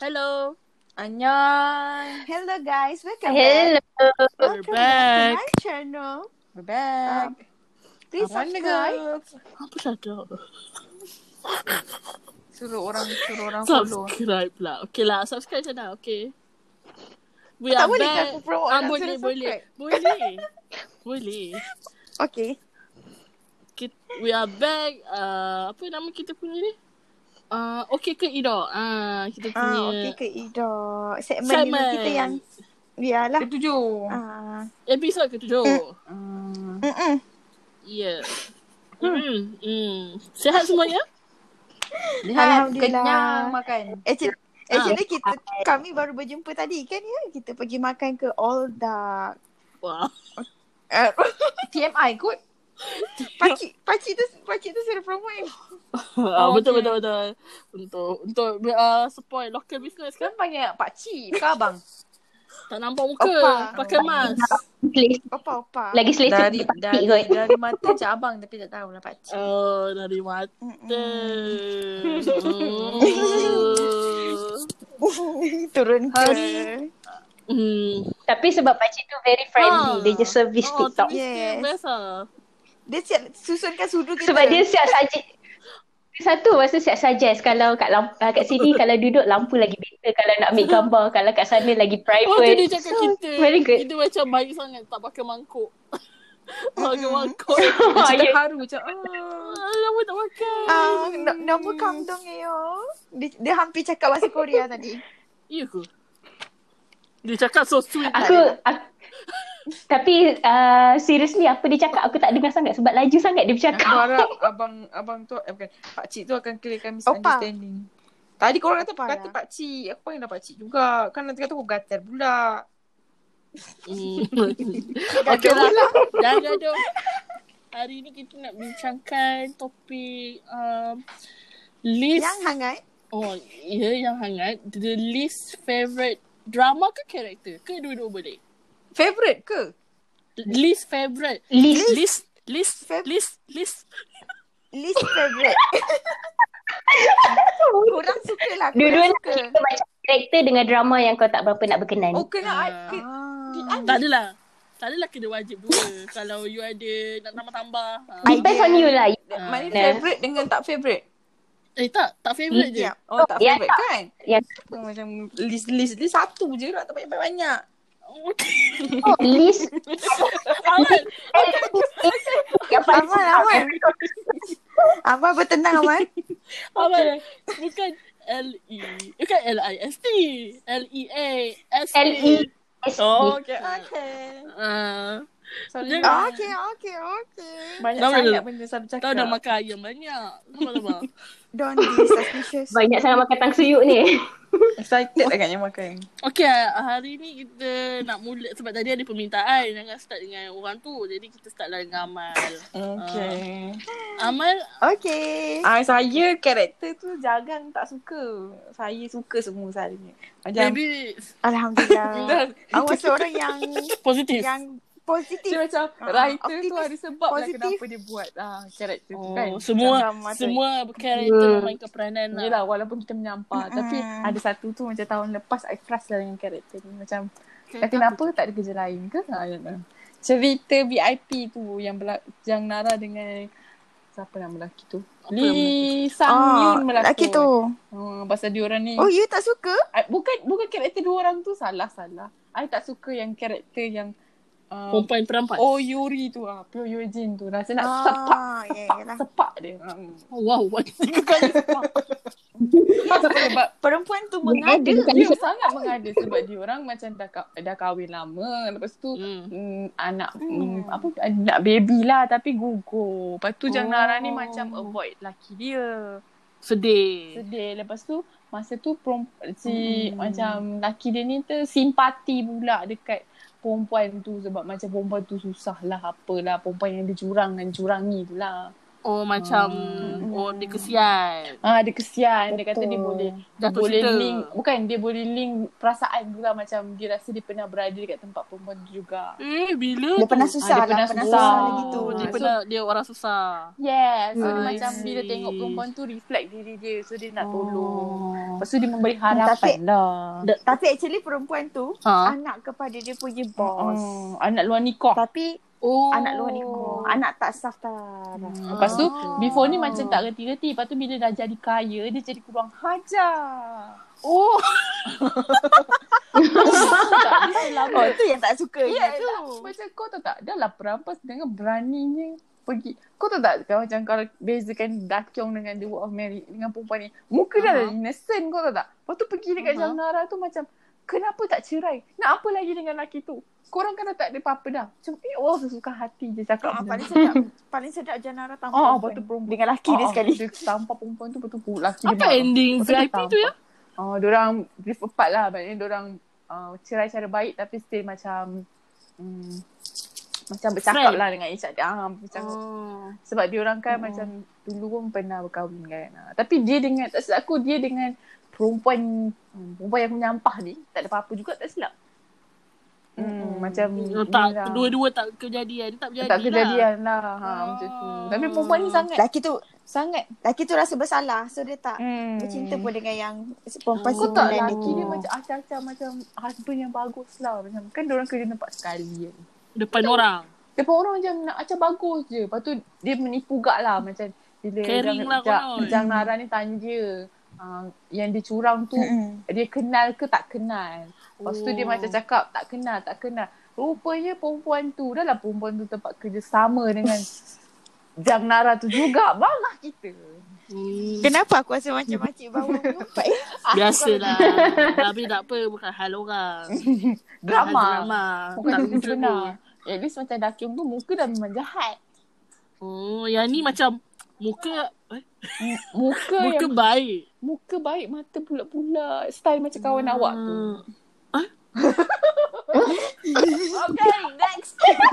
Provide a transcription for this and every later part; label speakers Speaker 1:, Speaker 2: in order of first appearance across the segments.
Speaker 1: Hello. Annyeong.
Speaker 2: Hello guys, welcome
Speaker 3: Hello.
Speaker 2: back.
Speaker 1: We're
Speaker 2: Welcome back to
Speaker 1: back.
Speaker 2: my channel.
Speaker 1: We're back.
Speaker 2: Back. Please subscribe.
Speaker 1: Apa saja?
Speaker 2: Suruh orang suruh orang follow.
Speaker 1: Subscribe lah. Okay lah. Subscribe je lah. Okay. We are
Speaker 2: Tak boleh
Speaker 1: back.
Speaker 2: kan aku
Speaker 1: ah,
Speaker 2: promote orang
Speaker 1: boleh,
Speaker 2: suruh
Speaker 1: boleh.
Speaker 2: subscribe?
Speaker 1: Boleh. boleh.
Speaker 2: Okay.
Speaker 1: Kita, we are back. Uh, apa nama kita punya ni? Uh, okay ke Ida? Ah, kita punya.
Speaker 3: Hmm.
Speaker 2: Ah, okay ke Ido. Segmen,
Speaker 1: Segmen.
Speaker 2: dulu kita yang biarlah.
Speaker 4: Ketujuh.
Speaker 2: Ah.
Speaker 1: Episod ke-7.
Speaker 4: Hmm.
Speaker 2: Mm-mm.
Speaker 1: Ya. Yeah. Hmm. hmm. Sihat semuanya?
Speaker 4: Lihat
Speaker 2: Alhamdulillah.
Speaker 4: kenyang makan.
Speaker 2: Actually,
Speaker 3: Ah.
Speaker 2: actually kita kami baru berjumpa tadi kan ya. Kita pergi makan ke All Dark.
Speaker 1: Wah.
Speaker 2: Uh,
Speaker 4: TMI kot.
Speaker 2: pakcik, pakcik tu pakcik tu suruh promote.
Speaker 1: Ah,
Speaker 4: Oh,
Speaker 1: betul
Speaker 4: okay.
Speaker 1: betul betul. Untuk untuk uh, support local business kan
Speaker 4: Kan panggil pakcik, bukan abang.
Speaker 1: tak nampak muka,
Speaker 2: Opa.
Speaker 1: pakai mask.
Speaker 3: Please.
Speaker 2: Opa opa.
Speaker 3: Lagi selesa
Speaker 4: Ah, Dari,
Speaker 3: dia pakcik
Speaker 4: dari,
Speaker 3: kot.
Speaker 4: dari mata macam abang tapi tak tahu lah pakcik.
Speaker 1: Oh, dari mata.
Speaker 3: Hmm.
Speaker 2: Turun ke.
Speaker 1: Hari- Hmm.
Speaker 3: Tapi sebab pakcik tu very friendly.
Speaker 1: Ah.
Speaker 3: Dia just service
Speaker 1: Oh, tapi
Speaker 3: TikTok.
Speaker 2: Yes.
Speaker 1: yes. best lah.
Speaker 2: Dia siap susunkan sudu kita.
Speaker 3: Sebab dia siap saja. Satu masa siap suggest kalau kat lampu, kat sini kalau duduk lampu lagi better kalau nak ambil gambar kalau kat sana lagi private.
Speaker 1: Oh, tu dia cakap
Speaker 3: So,
Speaker 1: kita.
Speaker 3: Very good.
Speaker 1: Kita macam baik sangat tak pakai mangkuk. pakai mangkuk.
Speaker 3: Oh,
Speaker 4: Macam
Speaker 3: ya.
Speaker 4: terharu macam. ah.
Speaker 1: Ah, lama tak pakai.
Speaker 2: Ah, no- nama Kamdong yo. Dia, dia hampir cakap bahasa Korea tadi.
Speaker 1: Ya ke? Dia cakap so sweet.
Speaker 3: Aku, aku tapi uh, seriously apa dia cakap aku tak dengar sangat sebab laju sangat dia bercakap.
Speaker 4: Aku harap abang abang tu eh, bukan pakcik tu akan clearkan misunderstanding. Tadi korang kata
Speaker 2: Opah
Speaker 4: kata
Speaker 2: lah.
Speaker 4: pakcik. Aku panggil dah pakcik juga. Kan nanti kata aku gatal pula.
Speaker 1: Hmm.
Speaker 2: Gagal
Speaker 1: Okey lah.
Speaker 2: pula.
Speaker 1: Dah dah dah. Hari ni kita nak bincangkan topik um, list
Speaker 2: Yang hangat.
Speaker 1: oh ya yeah, yang hangat the least favorite drama ke karakter ke dua-dua boleh.
Speaker 4: Favorite ke?
Speaker 1: Least favorite.
Speaker 3: Least.
Speaker 1: Least least
Speaker 2: Fav-
Speaker 1: least least
Speaker 2: Least favorite. Korang suka lah.
Speaker 3: Dua-dua
Speaker 2: Korang
Speaker 3: nak
Speaker 2: suka.
Speaker 3: kita macam karakter dengan drama yang kau tak berapa nak berkenan.
Speaker 2: Oh, kena.
Speaker 4: lah,
Speaker 1: Ah.
Speaker 2: Uh,
Speaker 1: tak adalah. Tak adalah kena wajib dua. Kalau you ada nak tambah-tambah. ah.
Speaker 3: Depends on you lah.
Speaker 1: Ah.
Speaker 4: Mana
Speaker 3: Nah.
Speaker 4: favorite dengan tak favorite?
Speaker 1: Eh tak, tak favorite je.
Speaker 2: Ya.
Speaker 4: Oh tak
Speaker 3: Ya.
Speaker 4: favorite kan?
Speaker 3: Yang
Speaker 4: Aku macam list list list satu je lah tak banyak-banyak.
Speaker 3: oh, least
Speaker 1: Awan,
Speaker 3: yang paling
Speaker 2: Aman, aman. Abang bertenang, Aman.
Speaker 1: awan. Bukan L E. Bukan L I S T. L E A S T.
Speaker 3: L E S
Speaker 1: Oh,
Speaker 3: D.
Speaker 1: okay.
Speaker 4: Okay.
Speaker 1: Uh,
Speaker 4: Ah, Sorry.
Speaker 1: Jangan.
Speaker 4: Ah,
Speaker 2: Okay, okay, okay.
Speaker 4: banyak
Speaker 1: Tahu
Speaker 4: sangat
Speaker 1: dah-
Speaker 4: benda selalu cakap.
Speaker 1: kau dah makan ayam banyak. Nampak tak? Mak?
Speaker 2: Don't be suspicious.
Speaker 3: Banyak sangat makan tang suyuk ni.
Speaker 4: Excited agaknya makan.
Speaker 1: okay, hari ni kita nak mula. Sebab tadi ada permintaan. Jangan start dengan orang tu. Jadi kita start lah dengan Amal. Ah,
Speaker 4: Okay.
Speaker 1: Amal,
Speaker 2: Okay.
Speaker 4: Ah, saya karakter tu jarang tak suka. Saya suka semua selalunya. Macam
Speaker 1: maybe
Speaker 2: Alhamdulillah.
Speaker 4: dah,
Speaker 2: Awak seorang yang
Speaker 1: positif.
Speaker 2: yang
Speaker 4: dia
Speaker 2: positif.
Speaker 4: macam
Speaker 2: Ah,
Speaker 4: writer tu
Speaker 2: optimis,
Speaker 4: ada sebab lah
Speaker 2: positif.
Speaker 4: kenapa dia buat ah, karakter tu kan.
Speaker 1: Oh, semua
Speaker 2: Macam mata-
Speaker 1: semua
Speaker 3: Hmm.
Speaker 1: karakter memainkan peranan lah.
Speaker 4: Yelah walaupun kita menyampah
Speaker 2: Mm-mm.
Speaker 4: Tapi ada satu tu macam tahun lepas I trust lah dengan karakter ni Macam
Speaker 1: Karakter
Speaker 4: dah kenapa tak ada kerja lain ke ha, ya, tak. Cerita VIP tu yang, bela- yang Nara dengan Siapa nama lelaki tu?
Speaker 1: Apa
Speaker 4: Lee
Speaker 2: Ah,
Speaker 4: Sang Yoon melakon
Speaker 2: lelaki tu.
Speaker 4: Hmm, pasal diorang ni
Speaker 2: Oh, you tak suka?
Speaker 4: I, bukan bukan karakter dua orang tu salah salah. I tak suka yang karakter yang uh,
Speaker 1: Perempuan perampas.
Speaker 4: Oh Yuri tu ah, Pyo Yujin tu rasa nak sepak
Speaker 2: Ah, ya,
Speaker 4: sepak,
Speaker 2: yalah.
Speaker 4: sepak dia.
Speaker 5: Ah, mm.
Speaker 4: Um.
Speaker 1: Oh, wow, tiga kali sebab.
Speaker 4: sebab
Speaker 2: Perempuan tu
Speaker 3: Bukan,
Speaker 2: mengada.
Speaker 3: bukan.
Speaker 4: dia sangat mengada sebab dia orang macam dah ka- dah kahwin lama lepas tu
Speaker 1: Hmm.
Speaker 4: mm, anak mm,
Speaker 2: Hmm.
Speaker 4: apa nak baby lah tapi gugur. Lepas tu Jang Nara ni
Speaker 1: Oh.
Speaker 4: macam avoid laki dia.
Speaker 1: Sedih.
Speaker 4: Sedih. Lepas tu masa tu peremp- si
Speaker 1: Hmm.
Speaker 4: macam laki dia ni tu simpati pula dekat perempuan tu sebab macam perempuan tu susah lah apalah perempuan yang dia curang dan curangi tu lah.
Speaker 1: Oh macam
Speaker 4: Hmm.
Speaker 1: Oh dia kesian
Speaker 5: Ah dia kesian dia kata dia
Speaker 2: Betul.
Speaker 5: boleh
Speaker 1: Jatuh
Speaker 5: boleh
Speaker 1: cinta.
Speaker 5: link bukan dia boleh link perasaan pula macam dia rasa dia pernah berada dekat tempat perempuan tu juga.
Speaker 1: Eh bila tu
Speaker 2: Dia pernah susah
Speaker 5: dia
Speaker 2: lah.
Speaker 5: pernah
Speaker 2: Pernah
Speaker 5: susah.
Speaker 2: susah lagi tu. Ah,
Speaker 1: Oh, Dia
Speaker 5: So-
Speaker 1: pernah Dia orang susah
Speaker 5: Yes, so dia
Speaker 1: I
Speaker 5: macam bila
Speaker 1: see.
Speaker 5: tengok perempuan tu reflect diri dia so dia nak tolong.
Speaker 1: Oh.
Speaker 5: Lepas tu dia memberi harapan lah.
Speaker 2: Da- Tapi actually perempuan tu
Speaker 1: Ha?
Speaker 2: anak kepada dia punya bos.
Speaker 5: Bos. Oh, Anak luar nikah.
Speaker 2: Tapi
Speaker 1: Oh.
Speaker 2: anak luar nikah. Anak tak sah taraf.
Speaker 5: Lepas tu
Speaker 1: Ah.
Speaker 5: before ni macam tak reti-reti. Lepas tu bila dah jadi kaya dia jadi kurang hajar.
Speaker 1: Oh.
Speaker 5: tak dia selama
Speaker 2: Oh, tu yang tak suka
Speaker 5: Ya
Speaker 2: yeah, tu.
Speaker 5: lah. Macam kau tahu tak Dah lah perampas dengan beraninya Pergi Kau tahu tak kalau Macam kalau bezakan Dakyong dengan The Word of Mary Dengan perempuan ni Muka dia dah
Speaker 1: Aha.
Speaker 5: innocent kau tahu tak Lepas tu pergi dekat
Speaker 1: Aha.
Speaker 5: uh-huh. Nara tu macam Kenapa tak cerai Nak apa lagi dengan lelaki tu Korang kan dah tak ada apa-apa dah Macam eh Allah sesuka hati je cakap
Speaker 2: Ah,
Speaker 5: macam
Speaker 2: paling sedap paling sedap Janara tanpa
Speaker 5: Ah, ah,
Speaker 2: perempuan.
Speaker 5: betul perempuan.
Speaker 2: dengan laki dia
Speaker 5: Ah, ah,
Speaker 2: sekali.
Speaker 5: Dia tampar perempuan tu betul-betul laki dia
Speaker 1: Apa
Speaker 5: marah.
Speaker 1: ending
Speaker 5: Betul
Speaker 1: VIP
Speaker 5: tak?
Speaker 1: tu ya?
Speaker 5: Oh, orang drift apart lah. Maknanya orang uh, cerai secara baik tapi still macam mm, macam bercakap
Speaker 1: Friend.
Speaker 5: lah dengan each other. Ah, bercakap.
Speaker 1: Oh.
Speaker 5: Sebab dia orang kan
Speaker 2: Mm.
Speaker 5: macam dulu pun pernah berkahwin kan. Ah, tapi dia dengan tak silap aku dia dengan perempuan mm, perempuan yang menyampah ni tak ada apa-apa juga tak silap. Hmm,
Speaker 2: Mm-mm.
Speaker 5: macam
Speaker 1: Oh,
Speaker 5: ni
Speaker 1: tak,
Speaker 5: lah.
Speaker 1: dua-dua tak kejadian. Tak berjadi
Speaker 5: tak
Speaker 1: Lah.
Speaker 5: kejadian lah. Ha,
Speaker 1: Ah.
Speaker 5: macam tu. Tapi perempuan ni
Speaker 1: Oh.
Speaker 5: sangat
Speaker 2: Laki tu
Speaker 5: sangat
Speaker 2: laki tu rasa bersalah so dia tak
Speaker 5: hmm.
Speaker 2: bercinta pun dengan yang perempuan
Speaker 1: Kau
Speaker 5: Kau tak lah,
Speaker 2: sebelah
Speaker 5: lelaki
Speaker 2: tu.
Speaker 5: dia macam acah-acah macam husband yang bagus lah. Macam, kan diorang kerja nampak sekali kan.
Speaker 1: Depan orang.
Speaker 5: Depan orang macam nak acah bagus je. Lepas tu dia menipu gak lah macam bila
Speaker 1: Caring
Speaker 5: Jang-
Speaker 1: lah
Speaker 5: Jang-
Speaker 1: konon.
Speaker 5: Jang Nara ni tanya dia uh, yang dia curang tu
Speaker 2: Mm-mm.
Speaker 5: dia kenal ke tak kenal. Lepas tu dia
Speaker 1: Oh.
Speaker 5: macam cakap tak kenal, tak kenal. Rupanya perempuan tu, dah lah perempuan tu tempat kerja sama dengan Jang Nara tu juga. Bangah kita.
Speaker 1: Hmm.
Speaker 2: Kenapa aku rasa macam makcik bawa menyumpat eh?
Speaker 1: Biasalah. Tapi tak apa. Bukan hal orang.
Speaker 5: Drama.
Speaker 1: Hal drama. Tak
Speaker 5: Bukan
Speaker 1: lucu.
Speaker 5: sebenar. At least macam Dakyong tu muka dah memang jahat.
Speaker 1: Oh, yang ni macam muka eh,
Speaker 5: Muka, muka
Speaker 1: muka baik.
Speaker 5: Muka baik, mata bulat-bulat. Style macam kawan awak tu.
Speaker 2: Okay, next.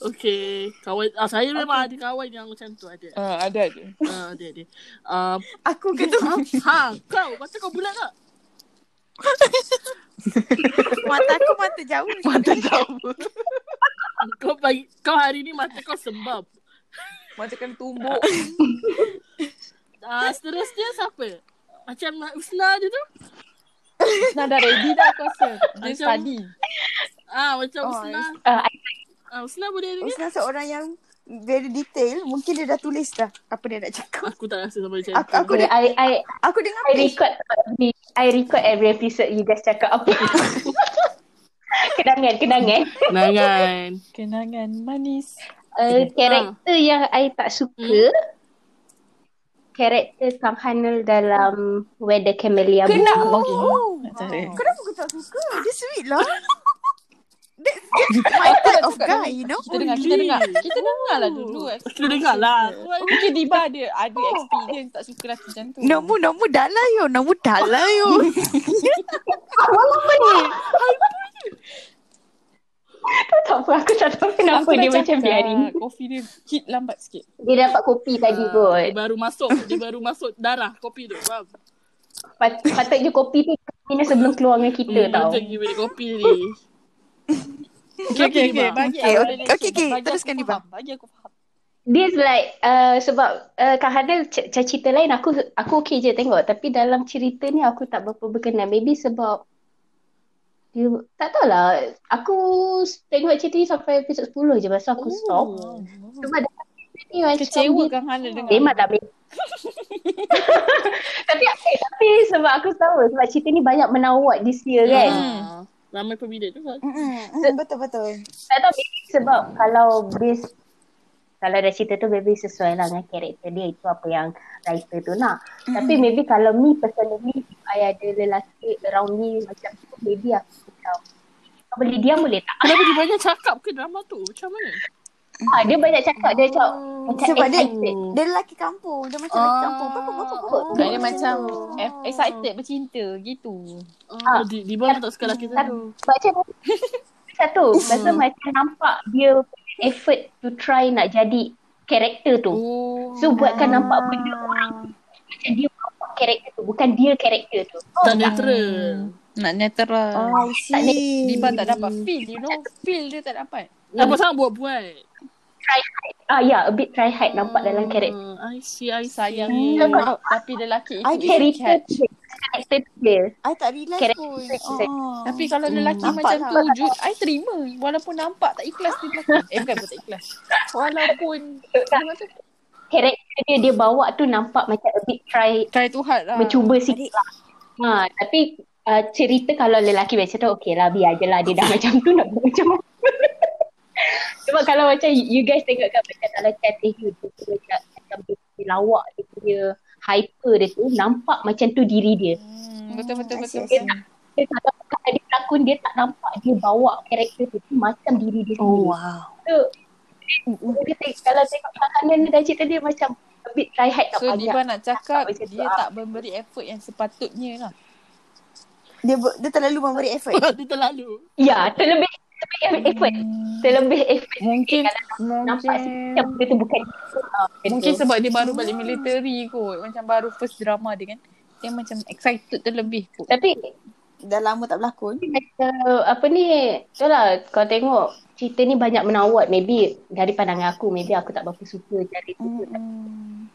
Speaker 1: Okay. Kawan, ah, saya memang ada kawan yang macam tu ada.
Speaker 5: Uh, ada ada.
Speaker 1: Ah, ada, ada. Ah,
Speaker 2: Aku kata
Speaker 1: ha, kau. Mata kau bulat tak?
Speaker 2: mata aku mata jauh.
Speaker 5: Mata jauh.
Speaker 1: Kau pagi, kau hari ni mata kau sembab.
Speaker 5: macam kena tumbuk.
Speaker 1: Ah, seterusnya siapa? Macam Mak Usna je tu.
Speaker 5: Nah dah ready dah aku rasa. Dia
Speaker 1: Macam-
Speaker 5: study.
Speaker 1: Ah, macam
Speaker 2: Oh,
Speaker 1: Usna.
Speaker 3: Ah,
Speaker 1: Ah, Usna boleh dengar?
Speaker 2: Usna seorang yang very detail. Mungkin dia dah tulis dah apa dia nak cakap.
Speaker 1: Aku tak rasa sampai macam
Speaker 2: Aku aku
Speaker 3: I,
Speaker 2: dengar,
Speaker 3: I, I,
Speaker 2: aku dengar
Speaker 3: I record ni. I record every episode you guys cakap apa. kenangan, kenangan.
Speaker 1: Kenangan.
Speaker 5: Kenangan manis.
Speaker 3: Uh, karakter yang I tak suka. Karakter Kang Hanul dalam Where the Camellia Bloom.
Speaker 5: Kena mungkin.
Speaker 2: Kenapa aku tak suka? Dia sweet lah. That's,
Speaker 5: Oh, lah
Speaker 2: that's my type of guy, you know.
Speaker 5: Kita dengar, kita dengar. Kita dengar lah dulu.
Speaker 1: Kita dengar lah.
Speaker 5: Mungkin Diba dia ada experience tak suka lelaki macam tu.
Speaker 2: Nombor nombor dalah lah, yo, nombor dalah yo.
Speaker 3: tak apa, aku tak tahu kenapa
Speaker 5: Aku dah
Speaker 3: dia macam
Speaker 5: cakap,
Speaker 3: dia hari ni.
Speaker 5: Kopi dia hit lambat sikit.
Speaker 3: Dia dapat kopi tadi
Speaker 1: Ah,
Speaker 3: kot.
Speaker 1: dia baru masuk, dia baru masuk darah kopi tu. Faham?
Speaker 3: Pat- patutnya kopi tu minum sebelum keluar dengan kita
Speaker 1: Hmm,
Speaker 3: tau.
Speaker 1: Macam you beli kopi ni. Okay, okay, okay.
Speaker 5: Bagi
Speaker 2: Okay,
Speaker 5: aku
Speaker 2: okay,
Speaker 5: relation.
Speaker 2: okay, okay.
Speaker 5: Bagi aku
Speaker 2: Teruskan, Diba.
Speaker 5: faham, Bagi aku faham.
Speaker 3: This like uh, sebab uh, Kak Hadal c- c- cerita lain aku aku okey je tengok tapi dalam cerita ni aku tak berapa berkenan maybe sebab dia tak tahulah aku s- tengok cerita ni sampai episod 10 je masa aku stop sebab dalam cerita ni macam
Speaker 5: Kecewa
Speaker 3: dia
Speaker 5: Kang Hana dengan
Speaker 3: memang dah memang tapi tapi sebab aku tahu sebab cerita ni banyak menawat this year kan
Speaker 1: Ah, Ramai pembina tu. kan?
Speaker 2: betul betul.
Speaker 3: Tak tahu maybe sebab kalau base kalau dah cerita tu maybe sesuai lah dengan karakter dia itu apa yang writer tu
Speaker 2: Mm.
Speaker 3: nak. Mm-hmm. Tapi maybe kalau me personally if I ada lelaki around me macam tu maybe aku macam kau boleh diam boleh tak?
Speaker 1: Kenapa dia banyak cakap ke drama tu? Macam mana?
Speaker 3: Ah, dia banyak cakap dia cakap macam
Speaker 2: Oh, Sebab dia
Speaker 3: excited.
Speaker 2: dia lelaki kampung, dia
Speaker 1: Oh.
Speaker 2: macam lelaki kampung.
Speaker 1: Ah.
Speaker 2: Bapak bapak bapak.
Speaker 5: Tak ada macam F- excited bercinta gitu.
Speaker 1: Oh,
Speaker 3: Ah.
Speaker 1: di, di bawah tak suka lelaki tu.
Speaker 3: Tapi macam satu. Masa Michael nampak dia punya effort to try nak jadi karakter tu.
Speaker 1: Oh.
Speaker 2: Ah.
Speaker 3: So buatkan nampak benda orang macam dia nampak karakter tu. Bukan dia karakter tu. Oh,
Speaker 1: Tak natural.
Speaker 4: Nak netral.
Speaker 2: Oh, I
Speaker 3: Tak ni-
Speaker 2: see.
Speaker 5: Diba tak dapat feel, you know. Feel dia tak dapat.
Speaker 1: Nampak sangat buat-buat.
Speaker 3: Ah ya, a bit try hard nampak dalam karakter.
Speaker 1: Hmm, I see, I see.
Speaker 5: Sayang.
Speaker 3: Hmm.
Speaker 5: Tapi lelaki
Speaker 2: I
Speaker 5: itu is
Speaker 3: Karakter
Speaker 5: a cat.
Speaker 3: dia. Karakter dia.
Speaker 2: I tak realise
Speaker 3: Karakter
Speaker 2: pun.
Speaker 3: dia.
Speaker 2: Oh.
Speaker 5: Tapi kalau
Speaker 3: Hmm,
Speaker 5: lelaki
Speaker 2: nampak
Speaker 5: macam
Speaker 2: tak?
Speaker 5: tu, Jud, I terima. Walaupun nampak tak ikhlas dia belakang. Eh, bukan, bukan tak ikhlas. Walaupun, dia tu,
Speaker 3: Karakter dia dia bawa tu nampak macam a bit try
Speaker 5: try too hard lah.
Speaker 3: mencuba sikit lah. Ha, tapi uh, cerita kalau lelaki macam tu okey lah biar je lah dia dah macam tu nak buat macam mana. Sebab kalau macam you guys tengok kan macam kalau Cathy Hugh dia punya macam, macam dia punya lawak dia punya hyper dia tu nampak macam tu diri dia.
Speaker 5: Hmm, Betul, betul,
Speaker 2: I
Speaker 5: betul.
Speaker 2: see, I
Speaker 5: betul.
Speaker 3: Dia kalau kalau dia pelakon dia tak nampak dia bawa karakter tu, tu macam diri dia sendiri.
Speaker 1: Oh, wow.
Speaker 3: So, dia, dia tengok, kalau tengok kanan dia dah cerita dia macam a bit try hard tak
Speaker 5: So,
Speaker 3: banyak.
Speaker 5: Diba nak cakap,
Speaker 3: Macam tu
Speaker 5: dia
Speaker 3: lah.
Speaker 5: tak memberi effort yang sepatutnya lah.
Speaker 2: Dia, ber- dia terlalu memberi effort.
Speaker 1: dia terlalu.
Speaker 3: Ya, terlebih terlebih effort.
Speaker 5: Hmm.
Speaker 3: Terlebih effort.
Speaker 5: Mungkin,
Speaker 3: Nampak
Speaker 5: mungkin.
Speaker 3: macam benda tu bukan Ah, macam tu.
Speaker 5: Mungkin sebab dia baru balik military kot. Macam baru first drama dia kan. Dia macam excited terlebih kot.
Speaker 3: tapi
Speaker 2: Dah lama tak berlakon.
Speaker 3: uh, apa ni tu lah kau tengok cerita ni banyak menawat maybe dari pandangan aku maybe aku tak berapa suka dari cerita
Speaker 5: Hmm.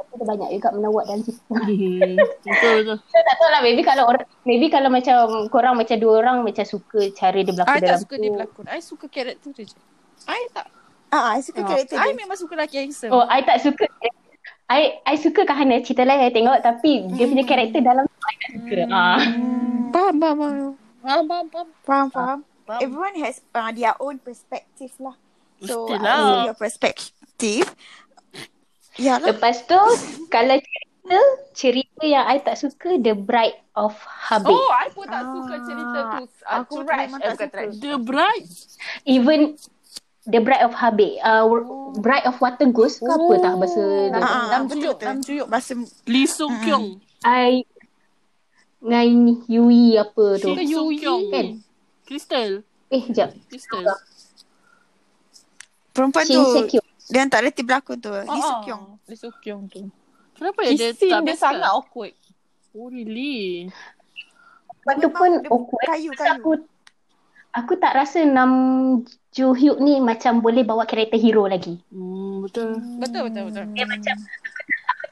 Speaker 3: tapi dia banyak juga menawat dalam cerita
Speaker 1: Betul, betul.
Speaker 3: so tak tahu lah maybe kalau orang maybe kalau macam korang macam dua orang macam suka cara dia berlakon
Speaker 5: I
Speaker 3: dalam
Speaker 5: tak suka dia berlakon. I suka karakter dia je. I tak.
Speaker 2: Ah, I suka
Speaker 5: Oh.
Speaker 2: karakter
Speaker 5: I
Speaker 2: dia.
Speaker 5: memang suka lelaki handsome.
Speaker 3: oh I tak suka I I suka Kahana cerita lain I tengok tapi dia
Speaker 5: Hmm.
Speaker 3: punya karakter dalam tu I tak suka ah
Speaker 5: Faham, faham, faham.
Speaker 1: Faham, faham, faham.
Speaker 2: Faham, faham.
Speaker 1: faham.
Speaker 2: Everyone has uh, their own perspective lah. So, I
Speaker 1: Mestilah.
Speaker 2: see your perspective. Ya lah.
Speaker 3: Lepas tu kalau cerita cerita yang I tak suka The Bride of Habib.
Speaker 5: Oh,
Speaker 3: Oh.
Speaker 5: I pun tak suka
Speaker 2: Ah,
Speaker 5: cerita tu.
Speaker 2: aku
Speaker 5: Aku
Speaker 2: memang
Speaker 5: trash.
Speaker 2: tak
Speaker 5: Eh, bukan
Speaker 2: suka.
Speaker 5: trash.
Speaker 1: The bride.
Speaker 3: Even The Bride of Habib, uh,
Speaker 5: Oh.
Speaker 3: Bride of Water Ghost ke apa tak bahasa dia.
Speaker 2: Ah, ah,
Speaker 5: Nam
Speaker 2: betul,
Speaker 5: Juyuk,
Speaker 2: betul.
Speaker 5: Nam Juyuk.
Speaker 2: Bahasa
Speaker 1: Lee Soo Kyung.
Speaker 3: I Ngain Yui apa tu.
Speaker 1: Lee Soo Kyung.
Speaker 3: Kan?
Speaker 1: Crystal.
Speaker 3: Eh, sekejap.
Speaker 1: Crystal.
Speaker 2: perempuan
Speaker 3: Shin
Speaker 2: tu.
Speaker 3: Sekyo.
Speaker 2: Dia yang tak reti berlakon tu.
Speaker 5: Ah,
Speaker 2: Lee
Speaker 5: ah.
Speaker 2: Soo Kyung.
Speaker 5: Lee Soo Kyung tu.
Speaker 1: Kenapa ya dia
Speaker 5: Kisin
Speaker 1: tak
Speaker 5: dia
Speaker 1: best
Speaker 5: sangat
Speaker 1: lah?
Speaker 5: awkward.
Speaker 1: Oh, really?
Speaker 3: Lepas tu pun
Speaker 2: Dia
Speaker 3: awkward.
Speaker 2: Kayu, kayu.
Speaker 3: Aku aku tak rasa Nam Joo Hyuk ni macam boleh bawa karakter hero lagi.
Speaker 1: Hmm, betul.
Speaker 5: Betul, betul, betul.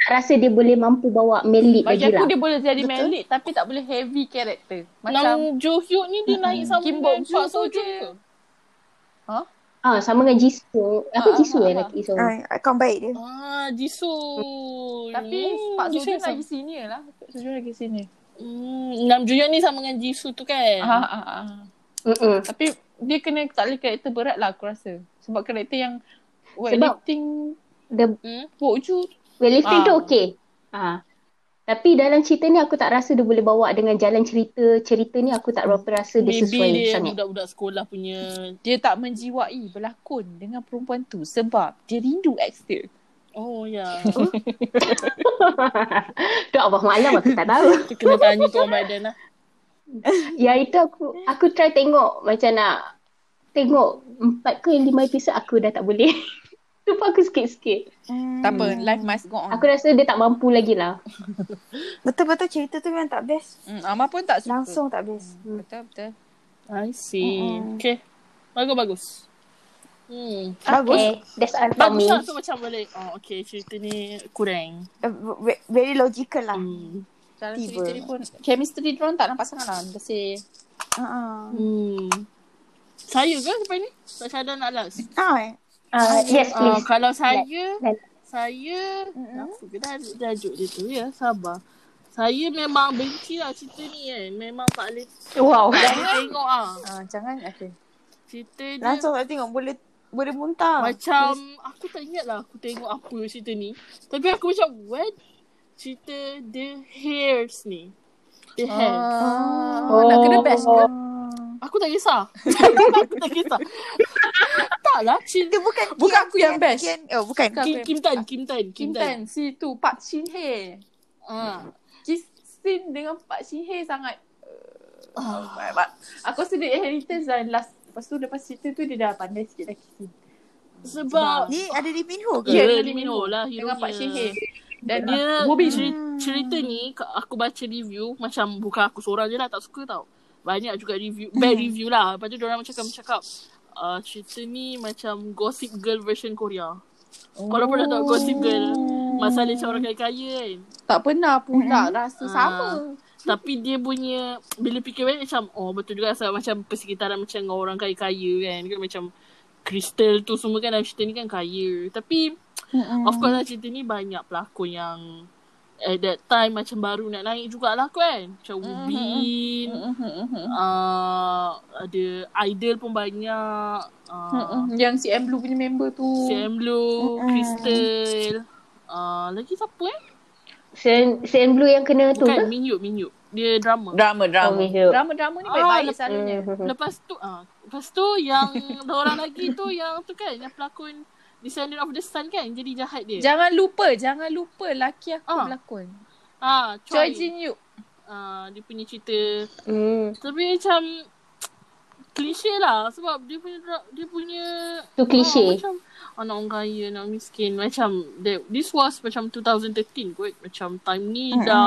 Speaker 3: Tak rasa dia boleh mampu bawa melit
Speaker 5: Bagi
Speaker 3: lagi
Speaker 5: aku
Speaker 3: lah.
Speaker 5: dia boleh jadi
Speaker 2: Betul.
Speaker 5: melik tapi tak boleh heavy karakter. Macam
Speaker 1: Nang Jo Hyuk ni dia naik sama dengan
Speaker 5: Kim Bok Joo
Speaker 1: Park
Speaker 5: tu
Speaker 1: Seo Joon
Speaker 5: dia-
Speaker 1: ke?
Speaker 3: Ah, sama dengan Jisoo. Apa
Speaker 5: Ah,
Speaker 3: Jisoo eh
Speaker 5: ah, ah.
Speaker 3: lelaki seorang?
Speaker 2: Ah, Akaun baik dia.
Speaker 1: Ah, Jisoo.
Speaker 5: tapi
Speaker 1: Hmm,
Speaker 5: Pak Sujun
Speaker 1: Jisoo sama-
Speaker 5: lagi senior lah. Pak Sujun lagi senior.
Speaker 1: Hmm, Nam Jo Hyuk ni sama dengan Jisoo tu kan?
Speaker 5: Ha ha ha.
Speaker 3: Mm-mm.
Speaker 5: Tapi dia kena tak boleh karakter berat lah aku rasa. Sebab karakter yang
Speaker 3: Sebab-
Speaker 5: weightlifting
Speaker 3: The
Speaker 1: Hmm?
Speaker 5: Bok Ju
Speaker 3: Weightlifting
Speaker 5: Ah.
Speaker 3: tu okey. Ha. Tapi dalam cerita ni aku tak rasa dia boleh bawa dengan jalan cerita. Cerita ni aku tak berapa rasa dia
Speaker 1: Baby
Speaker 3: sesuai
Speaker 1: dia
Speaker 3: sangat.
Speaker 1: budak-budak sekolah punya.
Speaker 5: dia tak menjiwai berlakon dengan perempuan tu sebab dia rindu aktor.
Speaker 1: Oh, ya.
Speaker 3: Tu Allah malam aku tak tahu.
Speaker 1: Kita kena tanya Tuan Biden lah.
Speaker 3: Yang Ya, itu aku aku try tengok macam nak tengok empat ke lima episod aku dah tak boleh. Lupa aku sikit-sikit.
Speaker 2: Hmm.
Speaker 5: Tak apa, life must go on.
Speaker 3: Aku rasa dia tak mampu lagi lah.
Speaker 2: Betul-betul cerita tu memang tak best.
Speaker 5: Hmm, Amar pun tak suka.
Speaker 2: Langsung tak best.
Speaker 5: Betul betul.
Speaker 1: I see.
Speaker 2: Mm-mm.
Speaker 1: Okay. Bagus-bagus. Hmm.
Speaker 2: Bagus.
Speaker 3: Okay, Eh, that's all for
Speaker 1: Bagus
Speaker 3: me.
Speaker 1: lah tu macam balik. Oh, okay. Cerita ni kurang.
Speaker 2: Uh, ve- Very logical lah.
Speaker 1: Hmm.
Speaker 5: Dalam
Speaker 2: Tiba.
Speaker 5: cerita dia pun chemistry dia orang tak nampak sangat lah. Bersih.
Speaker 2: Ah,
Speaker 1: hmm. Saya ke sampai ni? Tak sadar nak last.
Speaker 2: ah. Ah, eh.
Speaker 3: Uh, yes,
Speaker 1: Uh,
Speaker 3: please.
Speaker 1: kalau saya,
Speaker 3: Let-
Speaker 1: saya, apa ke dah tajuk dia tu ya, sabar. Saya memang benci lah cerita ni kan. Memang tak boleh
Speaker 3: Wow.
Speaker 1: tak boleh tengok ah.
Speaker 5: Ah, jangan okay.
Speaker 1: Cerita dia
Speaker 2: Langsung tak tengok boleh boleh muntah.
Speaker 1: macam, aku tak ingat lah aku tengok apa cerita ni. Tapi aku macam, what? Cerita The Hairs ni. The Hairs.
Speaker 5: Ah,
Speaker 3: Oh.
Speaker 5: nak kena best ke?
Speaker 1: Aku tak kisah. aku tak kisah. tak lah. Cerita
Speaker 2: Dia bukan
Speaker 5: Bukan aku yang best.
Speaker 2: Kian, oh, bukan.
Speaker 5: Bukan.
Speaker 1: Kim, Kim Tan. Kim Tan. Kim
Speaker 5: Kim
Speaker 1: Tan.
Speaker 5: Tan, si tu Pak Shin Hye.
Speaker 1: Ah.
Speaker 5: Kisin dengan Pak Shin Hye sangat uh, oh. Aku rasa dia inheritance dan last Lepas tu lepas cerita tu dia dah pandai sikit dah kissing.
Speaker 1: Sebab
Speaker 2: Ni ada Lee Min Ho ke?
Speaker 1: Ya,
Speaker 5: Ya,
Speaker 1: yeah,
Speaker 5: Lee
Speaker 1: Lee
Speaker 5: Min
Speaker 1: Min Ho lah hero
Speaker 5: Dengan Pak Syihir. Dan dia
Speaker 1: Dia
Speaker 5: Bobby.
Speaker 1: ceri- cerita ni ka- aku baca review macam bukan aku seorang je lah tak suka tau. Banyak juga review, bad review lah. Lepas tu diorang macam akan cakap uh, cerita ni macam Gossip Girl version Korea. Kalau pernah tengok Gossip Girl, Masalah macam orang kaya-kaya kan.
Speaker 5: tak pernah pula rasa
Speaker 1: Ah.
Speaker 5: sama.
Speaker 1: Tapi dia punya bila fikir balik macam oh betul juga sebab macam persekitaran macam dengan orang kaya-kaya kan. kan macam kristal tu semua kan dalam cerita ni kan kaya. Tapi
Speaker 5: Mm-mm.
Speaker 1: of course lah cerita ni banyak pelakon yang at that time macam baru nak naik jugalah kan. Macam
Speaker 5: Mm-hmm.
Speaker 1: Ubin,
Speaker 5: Mm-mm, mm-mm.
Speaker 1: uh, ada Idol pun banyak. Uh,
Speaker 5: Mm-mm. Yang si M Ah. Blue punya member tu.
Speaker 1: Sam Lu,
Speaker 5: Mm-mm.
Speaker 1: Crystal. Uh, lagi siapa eh?
Speaker 3: Sen, Sen Blue yang kena tu
Speaker 1: Bukan,
Speaker 3: ke?
Speaker 1: Minyuk, Minyuk. Dia drama.
Speaker 5: Drama drama.
Speaker 3: Oh, Mihyuk.
Speaker 5: Drama-drama ni baik-baik
Speaker 1: Ah,
Speaker 5: selalunya.
Speaker 3: Hmm.
Speaker 1: Lepas tu ah, lepas tu yang orang lagi tu yang tu kan yang pelakon Descendant of the Sun kan jadi jahat dia. Ja-
Speaker 5: Jangan lupa, jangan lupa laki aku
Speaker 1: Ah.
Speaker 5: berlakon.
Speaker 1: ah,
Speaker 5: Choi
Speaker 1: Choi.
Speaker 5: Jin Yuk.
Speaker 1: Ah, dia punya cerita
Speaker 3: Hmm.
Speaker 1: tapi macam klise lah sebab dia punya dra- dia punya
Speaker 3: Tu
Speaker 1: Ah,
Speaker 3: klise.
Speaker 1: macam anak orang kaya, anak miskin macam that, this was macam 2013 kot. Macam time ni
Speaker 2: Hmm.
Speaker 1: dah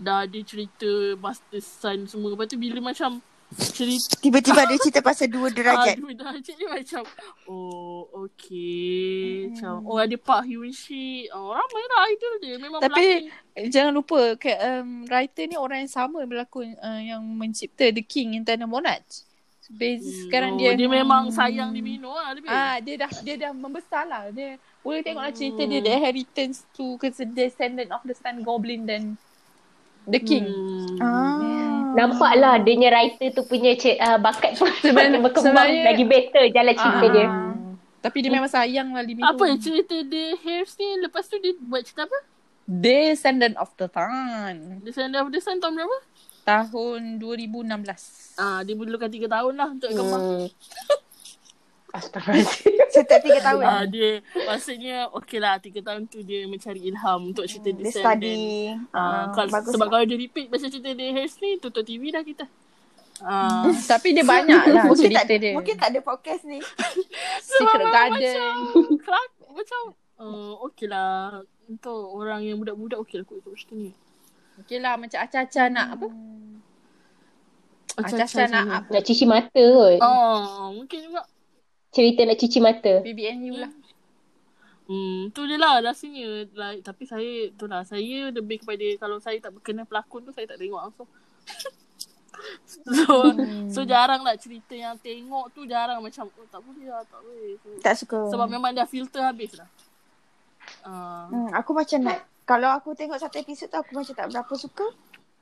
Speaker 1: dah ada cerita Master Sun semua. Lepas tu bila macam cerita
Speaker 2: Tiba-tiba ada cerita pasal dua derajat.
Speaker 1: Aduh Ah, dah Cik ni macam Oh okay Macam Oh ada Park Hyun Sik Oh ramai lah idol dia Memang
Speaker 5: Tapi-
Speaker 1: Tapi, lelaki
Speaker 5: Jangan lupa ke, um, writer ni orang yang sama yang berlakon uh, yang mencipta The King Intana Monarch. So, beza
Speaker 1: Hmm,
Speaker 5: sekarang
Speaker 1: oh,
Speaker 5: dia Hmm.
Speaker 1: Dia memang sayang dia minum lah lebih
Speaker 5: Ah, dia dah dia dah membesar lah. Dia boleh tengoklah cerita dia The Inheritance to ke Descendant of the Sun Goblin dan The King.
Speaker 1: hmm.
Speaker 2: Ah.
Speaker 3: Nampaklah dia punya writer tu punya ce- uh, bakat tu
Speaker 5: Sebenarnya-
Speaker 3: semakin berkembang
Speaker 5: sebenarnya-
Speaker 3: lagi better jalan cerita
Speaker 5: Ah.
Speaker 3: dia.
Speaker 5: Tapi dia memang sayang lah Lee Min Ho.
Speaker 1: Apa cerita dia Hairs ni Lepas tu dia buat cerita apa
Speaker 5: Descendant of the Sun.
Speaker 1: The Sand of the Sun tahun berapa
Speaker 5: Tahun 2016.
Speaker 1: Ah, Dia perlukan 3 tahun lah Untuk kembang
Speaker 3: Hmm. Astagfirullahaladzim.
Speaker 2: Setiap tiga
Speaker 1: Ah,
Speaker 2: tahun.
Speaker 1: dia maksudnya okey lah 3 tahun tu dia mencari ilham untuk cerita
Speaker 2: Hmm, Dia
Speaker 1: Descendant.
Speaker 2: study.
Speaker 1: Ah,
Speaker 2: Ah,
Speaker 1: kalau,
Speaker 2: bagus
Speaker 1: sebab
Speaker 2: lah.
Speaker 1: kalau dia repeat pasal cerita dia Hairs ni tutup TV dah kita. Ah,
Speaker 5: Hmm. Tapi dia banyak lah
Speaker 2: mungkin
Speaker 5: cerita
Speaker 2: tak,
Speaker 5: dia.
Speaker 2: mungkin tak ada podcast ni.
Speaker 5: Secret
Speaker 1: memang
Speaker 5: Garden.
Speaker 1: Macam, kelak, macam uh, okey lah. Untuk orang yang budak-budak okey lah kot untuk cerita ni.
Speaker 5: Okay lah macam Acaca nak apa? Acaca
Speaker 1: Macam-
Speaker 5: Ah, nak
Speaker 1: macam-
Speaker 5: up
Speaker 3: Nak cuci mata kot.
Speaker 1: Oh, mungkin juga.
Speaker 3: Cerita nak cuci mata.
Speaker 5: PBNU lah.
Speaker 1: Hmm, tu je lah rasanya. Like, tapi saya, tu lah. Saya lebih kepada kalau saya tak berkenan pelakon tu, saya tak tengok langsung. so, so jarang lah cerita yang tengok tu jarang macam, oh tak boleh lah, tak boleh.
Speaker 2: Tak suka.
Speaker 1: Sebab memang dah filter habis lah. dah. Uh,
Speaker 2: Hmm, aku macam nak kalau aku tengok satu episod tu aku macam tak berapa suka.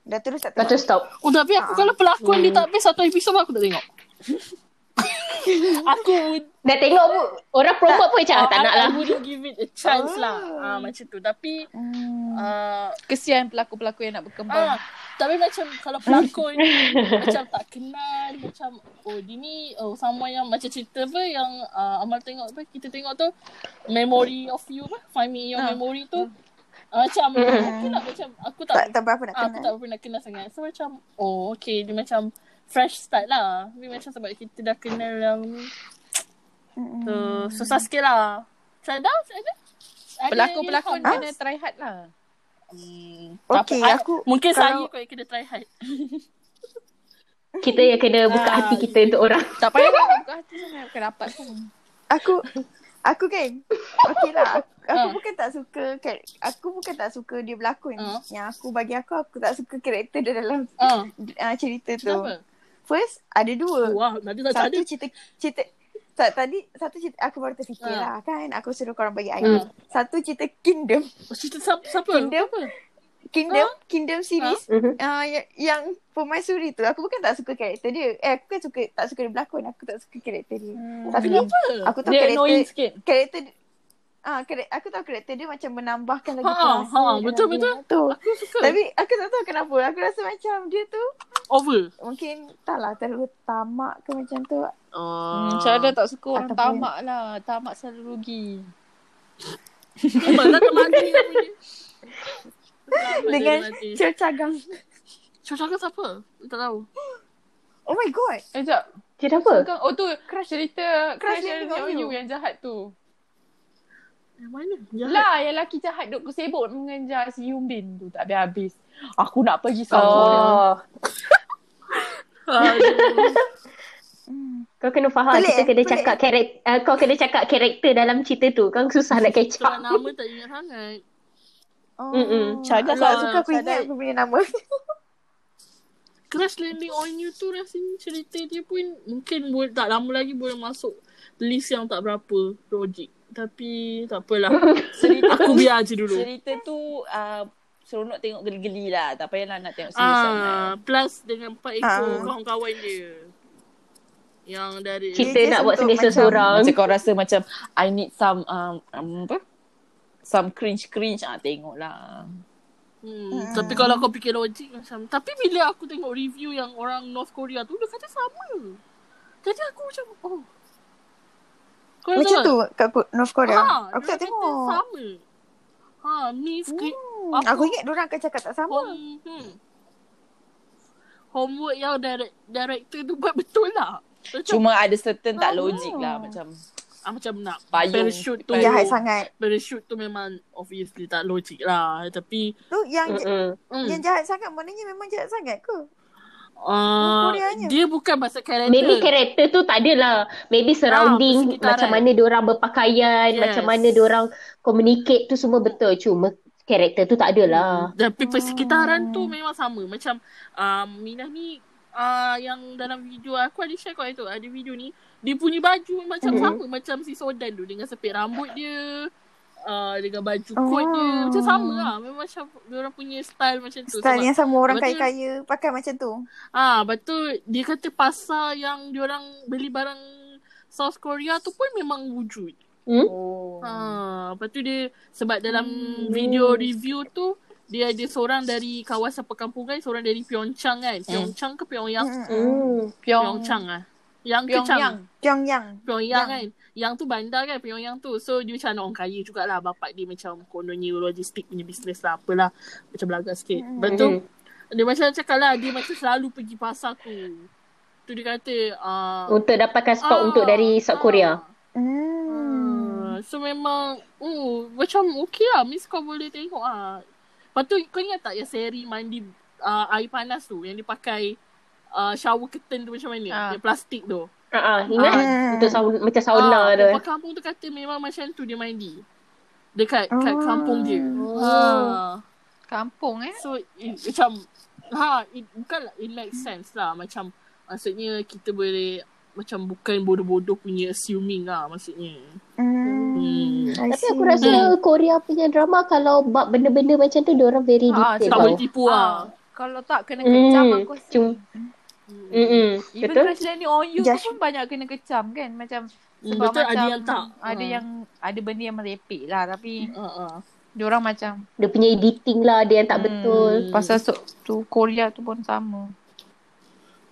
Speaker 2: Dah terus tak
Speaker 3: Lepas tu
Speaker 2: tengok.
Speaker 3: stop.
Speaker 1: Oh tapi aku
Speaker 2: Ah.
Speaker 1: kalau pelakon dia tak best satu episod pun aku tak tengok. aku would,
Speaker 3: Dah tengok pun orang promote pun macam ah, tak
Speaker 1: I-
Speaker 3: nak lah.
Speaker 1: I wouldn't give it a chance lah. Ah macam tu. Tapi
Speaker 3: Hmm.
Speaker 1: ah
Speaker 5: Kesian pelakon-pelakon yang nak berkembang.
Speaker 1: ah tapi macam kalau pelakon macam tak kenal macam oh dia ni oh sama yang macam cerita apa yang ah, Amal tengok apa kita tengok tu Memory of You apa Find Me Your
Speaker 5: Ah.
Speaker 1: Memory tu Ah, macam okay
Speaker 3: Hmm.
Speaker 1: lah macam aku tak
Speaker 2: Tak tak berapa nak
Speaker 1: Ah,
Speaker 2: kenal.
Speaker 1: aku tak pernah kenal sangat. So macam, oh okay, dia macam fresh start lah. Tapi macam sebab kita dah kenal yang ni.
Speaker 2: Mm-mm.
Speaker 1: So, susah sikit lah. Sadar? Ada? Ada
Speaker 5: Pelakon-pelakon
Speaker 1: yang
Speaker 5: kena try hard lah.
Speaker 1: Hmm,
Speaker 2: Okey,
Speaker 1: tak apa.
Speaker 2: aku-
Speaker 1: I, mungkin saya
Speaker 2: kalau-
Speaker 1: kot yang kena try hard.
Speaker 3: Kita yang kena buka
Speaker 1: Ah.
Speaker 3: hati kita untuk orang.
Speaker 5: Tak payah nak buka hati sangat. Bukan rapat pun.
Speaker 2: Aku aku kan okey lah aku, aku
Speaker 1: Ah.
Speaker 2: bukan tak suka kan aku bukan tak suka dia berlakon
Speaker 1: Ah.
Speaker 2: yang aku bagi aku aku tak suka karakter dia dalam
Speaker 1: Ah,
Speaker 2: uh, cerita tu
Speaker 1: kenapa?
Speaker 2: first ada dua
Speaker 1: Wah, nanti tak
Speaker 2: satu
Speaker 1: ada.
Speaker 2: cerita cerita tak, tadi satu cerita aku baru terfikir
Speaker 1: Ah.
Speaker 2: lah kan aku suruh korang bagi
Speaker 1: Ah.
Speaker 2: idea satu cerita kingdom
Speaker 1: Oh, cerita siapa? siapa?
Speaker 2: Kingdom?
Speaker 1: Apa?
Speaker 2: kingdom
Speaker 1: Ah.
Speaker 2: kingdom series
Speaker 3: Mhm.
Speaker 2: Ah, yang, yang permaisuri tu aku bukan tak suka karakter dia. Eh aku kan suka tak suka dia berlakon, aku tak suka karakter dia.
Speaker 5: Hmm.
Speaker 2: Tapi
Speaker 1: Kenapa?
Speaker 2: aku tahu
Speaker 5: Dia
Speaker 2: karakter
Speaker 5: annoying sikit.
Speaker 2: karakter ah kar- aku tahu karakter dia macam menambahkan lagi
Speaker 1: Ha,
Speaker 2: perasa
Speaker 1: ha,
Speaker 2: dalam
Speaker 1: betul,
Speaker 2: dia.
Speaker 1: betul.
Speaker 2: Tu.
Speaker 1: Aku suka.
Speaker 2: Tapi aku tak tahu kenapa. Aku rasa macam dia tu
Speaker 1: Over.
Speaker 2: mungkin tak lah terlalu tamak ke macam tu.
Speaker 1: Oh.
Speaker 5: Hmm, Syahada tak suka orang
Speaker 2: Ataupun-
Speaker 5: tamak lah. Tamak selalu rugi.
Speaker 1: Malah tak mati. dia punya. Selamat
Speaker 2: Dengan
Speaker 1: dia mati.
Speaker 2: cercagang.
Speaker 1: Cuaca siapa? Tak tahu.
Speaker 2: Oh my god.
Speaker 5: Eh, sekejap.
Speaker 3: Kenapa?
Speaker 5: Bukan, oh tu crush cerita
Speaker 2: Crush
Speaker 5: crush,
Speaker 2: Landing
Speaker 5: Landing
Speaker 2: on
Speaker 5: on
Speaker 2: You.
Speaker 5: you yang jahat tu.
Speaker 1: Yang mana? Jahat.
Speaker 5: Lah yang lelaki jahat duk sibuk mengejar si Yumbin tu tak habis-habis. Aku nak pergi sama oh.
Speaker 3: Oh,
Speaker 1: Aduh.
Speaker 2: Hmm.
Speaker 3: kau kena faham
Speaker 2: Pelik,
Speaker 3: kita kena
Speaker 2: pelik.
Speaker 3: cakap karakter uh, kau kena cakap karakter dalam cerita tu. Kau susah nak catch
Speaker 1: Sebab
Speaker 3: up.
Speaker 1: nama tak ingat sangat.
Speaker 2: Oh.
Speaker 3: Mm-mm.
Speaker 5: Syahdah
Speaker 2: Alah,
Speaker 5: tak-
Speaker 2: suka aku ingat
Speaker 5: Syahdah-
Speaker 2: aku punya nama.
Speaker 1: Crash Landing on You tu rasanya cerita dia pun mungkin boleh, tak lama lagi boleh masuk list yang tak berapa logik. Tapi tak apalah.
Speaker 5: cerita
Speaker 1: Aku biar je dulu.
Speaker 5: cerita tu uh, seronok tengok geli-geli lah. Tak payahlah nak tengok serius sangat.
Speaker 1: Ah, plus dengan empat ekor
Speaker 2: Ah.
Speaker 1: kawan-kawan dia. Yang dari
Speaker 3: Kita
Speaker 2: Dia just
Speaker 3: nak buat
Speaker 2: untuk
Speaker 3: selesa
Speaker 2: macam-
Speaker 3: seorang.
Speaker 5: Macam kau rasa macam I need some um, um, apa? Some cringe-cringe ah tengoklah.
Speaker 1: hmm,
Speaker 2: Mm.
Speaker 1: tapi kalau kau fikir logik macam tapi bila aku tengok review yang orang North Korea tu dia kata sama. Jadi aku macam oh. Kau
Speaker 2: Macam
Speaker 1: tahu
Speaker 2: tu kat Ko- North Korea.
Speaker 1: Ha,
Speaker 2: aku tak
Speaker 1: dia kata
Speaker 2: tengok.
Speaker 1: Sama. Ha, Miss Kri-
Speaker 2: Hmm.
Speaker 1: Apa?
Speaker 2: Aku ingat diorang akan cakap tak sama.
Speaker 1: home, hmm. Homework yang direct, director tu buat betul lah. Macam,
Speaker 5: Cuma ada certain tak
Speaker 1: Ah.
Speaker 5: logik lah macam
Speaker 1: ah, macam nak
Speaker 5: Payung.
Speaker 1: parachute tu.
Speaker 2: Jahat sangat.
Speaker 1: Parachute tu memang obviously tak logik lah. Tapi,
Speaker 2: Tu yang
Speaker 3: Mm-mm.
Speaker 1: mm,
Speaker 2: yang jahat sangat maknanya memang jahat sangat ke?
Speaker 1: uh,
Speaker 2: Koreanya.
Speaker 1: dia bukan pasal karakter.
Speaker 3: Maybe karakter tu tak adalah. Maybe surrounding
Speaker 1: persekitaran.
Speaker 3: macam mana diorang berpakaian,
Speaker 1: Yes.
Speaker 3: macam mana diorang communicate tu semua betul. Cuma karakter tu tak adalah.
Speaker 1: Tapi persekitaran
Speaker 2: Ah. Hmm.
Speaker 1: tu memang sama. Macam uh, Minah ni uh, yang dalam video aku ada share kat itu. Ada video ni. Dia punya baju macam
Speaker 2: Hmm.
Speaker 3: Mm.
Speaker 1: sama. Macam si Sodan tu. Dengan sepit rambut dia. Uh, dengan baju kot
Speaker 2: Oh.
Speaker 1: dia. Macam sama lah. Memang macam orang punya style macam tu.
Speaker 2: Style ya?
Speaker 1: Sebab,
Speaker 2: yang sama
Speaker 1: Lepas
Speaker 2: orang
Speaker 1: tu-
Speaker 2: kaya-kaya pakai macam tu.
Speaker 1: ah, lepas tu dia kata pasar yang diorang beli barang South Korea tu pun memang wujud.
Speaker 3: Hmm?
Speaker 5: oh.
Speaker 1: Ha, lepas tu dia sebab dalam hmm. video review tu dia ada seorang dari kawasan perkampungan, seorang dari Pyeongchang kan. Pyeongchang ke Pyongyang? Hmm.
Speaker 2: Mm-mm.
Speaker 3: Eh. Hmm.
Speaker 1: Pyeongchang ah. Yang ke Chang.
Speaker 5: Pyongyang.
Speaker 2: Pyongyang.
Speaker 1: Pyongyang
Speaker 2: Yang.
Speaker 1: kan. Yang tu bandar kan Pyongyang tu. So dia macam anak orang kaya jugalah. Bapak dia macam kononnya logistik punya bisnes lah apalah. Macam belagak sikit.
Speaker 2: Mm.
Speaker 3: Hmm.
Speaker 1: Lepas tu dia macam cakap lah dia macam selalu pergi pasar tu. Tu dia kata ah, uh,
Speaker 3: Untuk dapatkan spot untuk dari South Korea.
Speaker 2: Hmm.
Speaker 1: Ah, So memang oh, Macam okay lah Miss kau boleh tengok lah Lepas tu kau ingat tak Yang seri mandi uh, Air panas tu Yang dia pakai uh, Shower curtain tu macam mana
Speaker 5: Ah.
Speaker 1: Yang plastik tu
Speaker 3: Ha ah, ingat
Speaker 2: Ah.
Speaker 3: untuk saun- macam sauna
Speaker 1: Ah,
Speaker 3: tu.
Speaker 1: Orang kampung tu kata Memang macam tu dia mandi Dekat kat
Speaker 2: Ah.
Speaker 1: kampung dia
Speaker 3: Oh.
Speaker 1: Ah.
Speaker 5: Kampung eh.
Speaker 1: So it, macam ha it, bukan it makes sense lah macam maksudnya kita boleh macam bukan bodoh-bodoh punya assuming lah maksudnya.
Speaker 2: Hmm. I
Speaker 3: Tapi aku
Speaker 2: see.
Speaker 3: rasa Korea punya drama kalau bab benda-benda macam tu diorang very
Speaker 5: Ah,
Speaker 3: detail.
Speaker 1: Tak
Speaker 5: sebab
Speaker 3: tau.
Speaker 1: boleh tipu lah.
Speaker 5: Kalau tak kena kecam
Speaker 3: Hmm.
Speaker 5: aku rasa.
Speaker 3: Cuma
Speaker 1: Hmm.
Speaker 3: Mm-mm.
Speaker 5: Even
Speaker 3: Betul?
Speaker 5: Crash Landing on You
Speaker 2: Just-
Speaker 5: tu pun banyak kena kecam kan. Macam
Speaker 1: Hmm,
Speaker 5: sebab
Speaker 1: Betul
Speaker 5: macam
Speaker 1: ada yang tak.
Speaker 5: Ada
Speaker 1: Ah.
Speaker 5: yang ada benda yang merepek lah tapi
Speaker 1: Ah, ah.
Speaker 5: diorang macam
Speaker 3: Dia punya editing lah dia yang tak
Speaker 5: Hmm.
Speaker 3: betul.
Speaker 5: pasal so, tu Korea tu pun sama.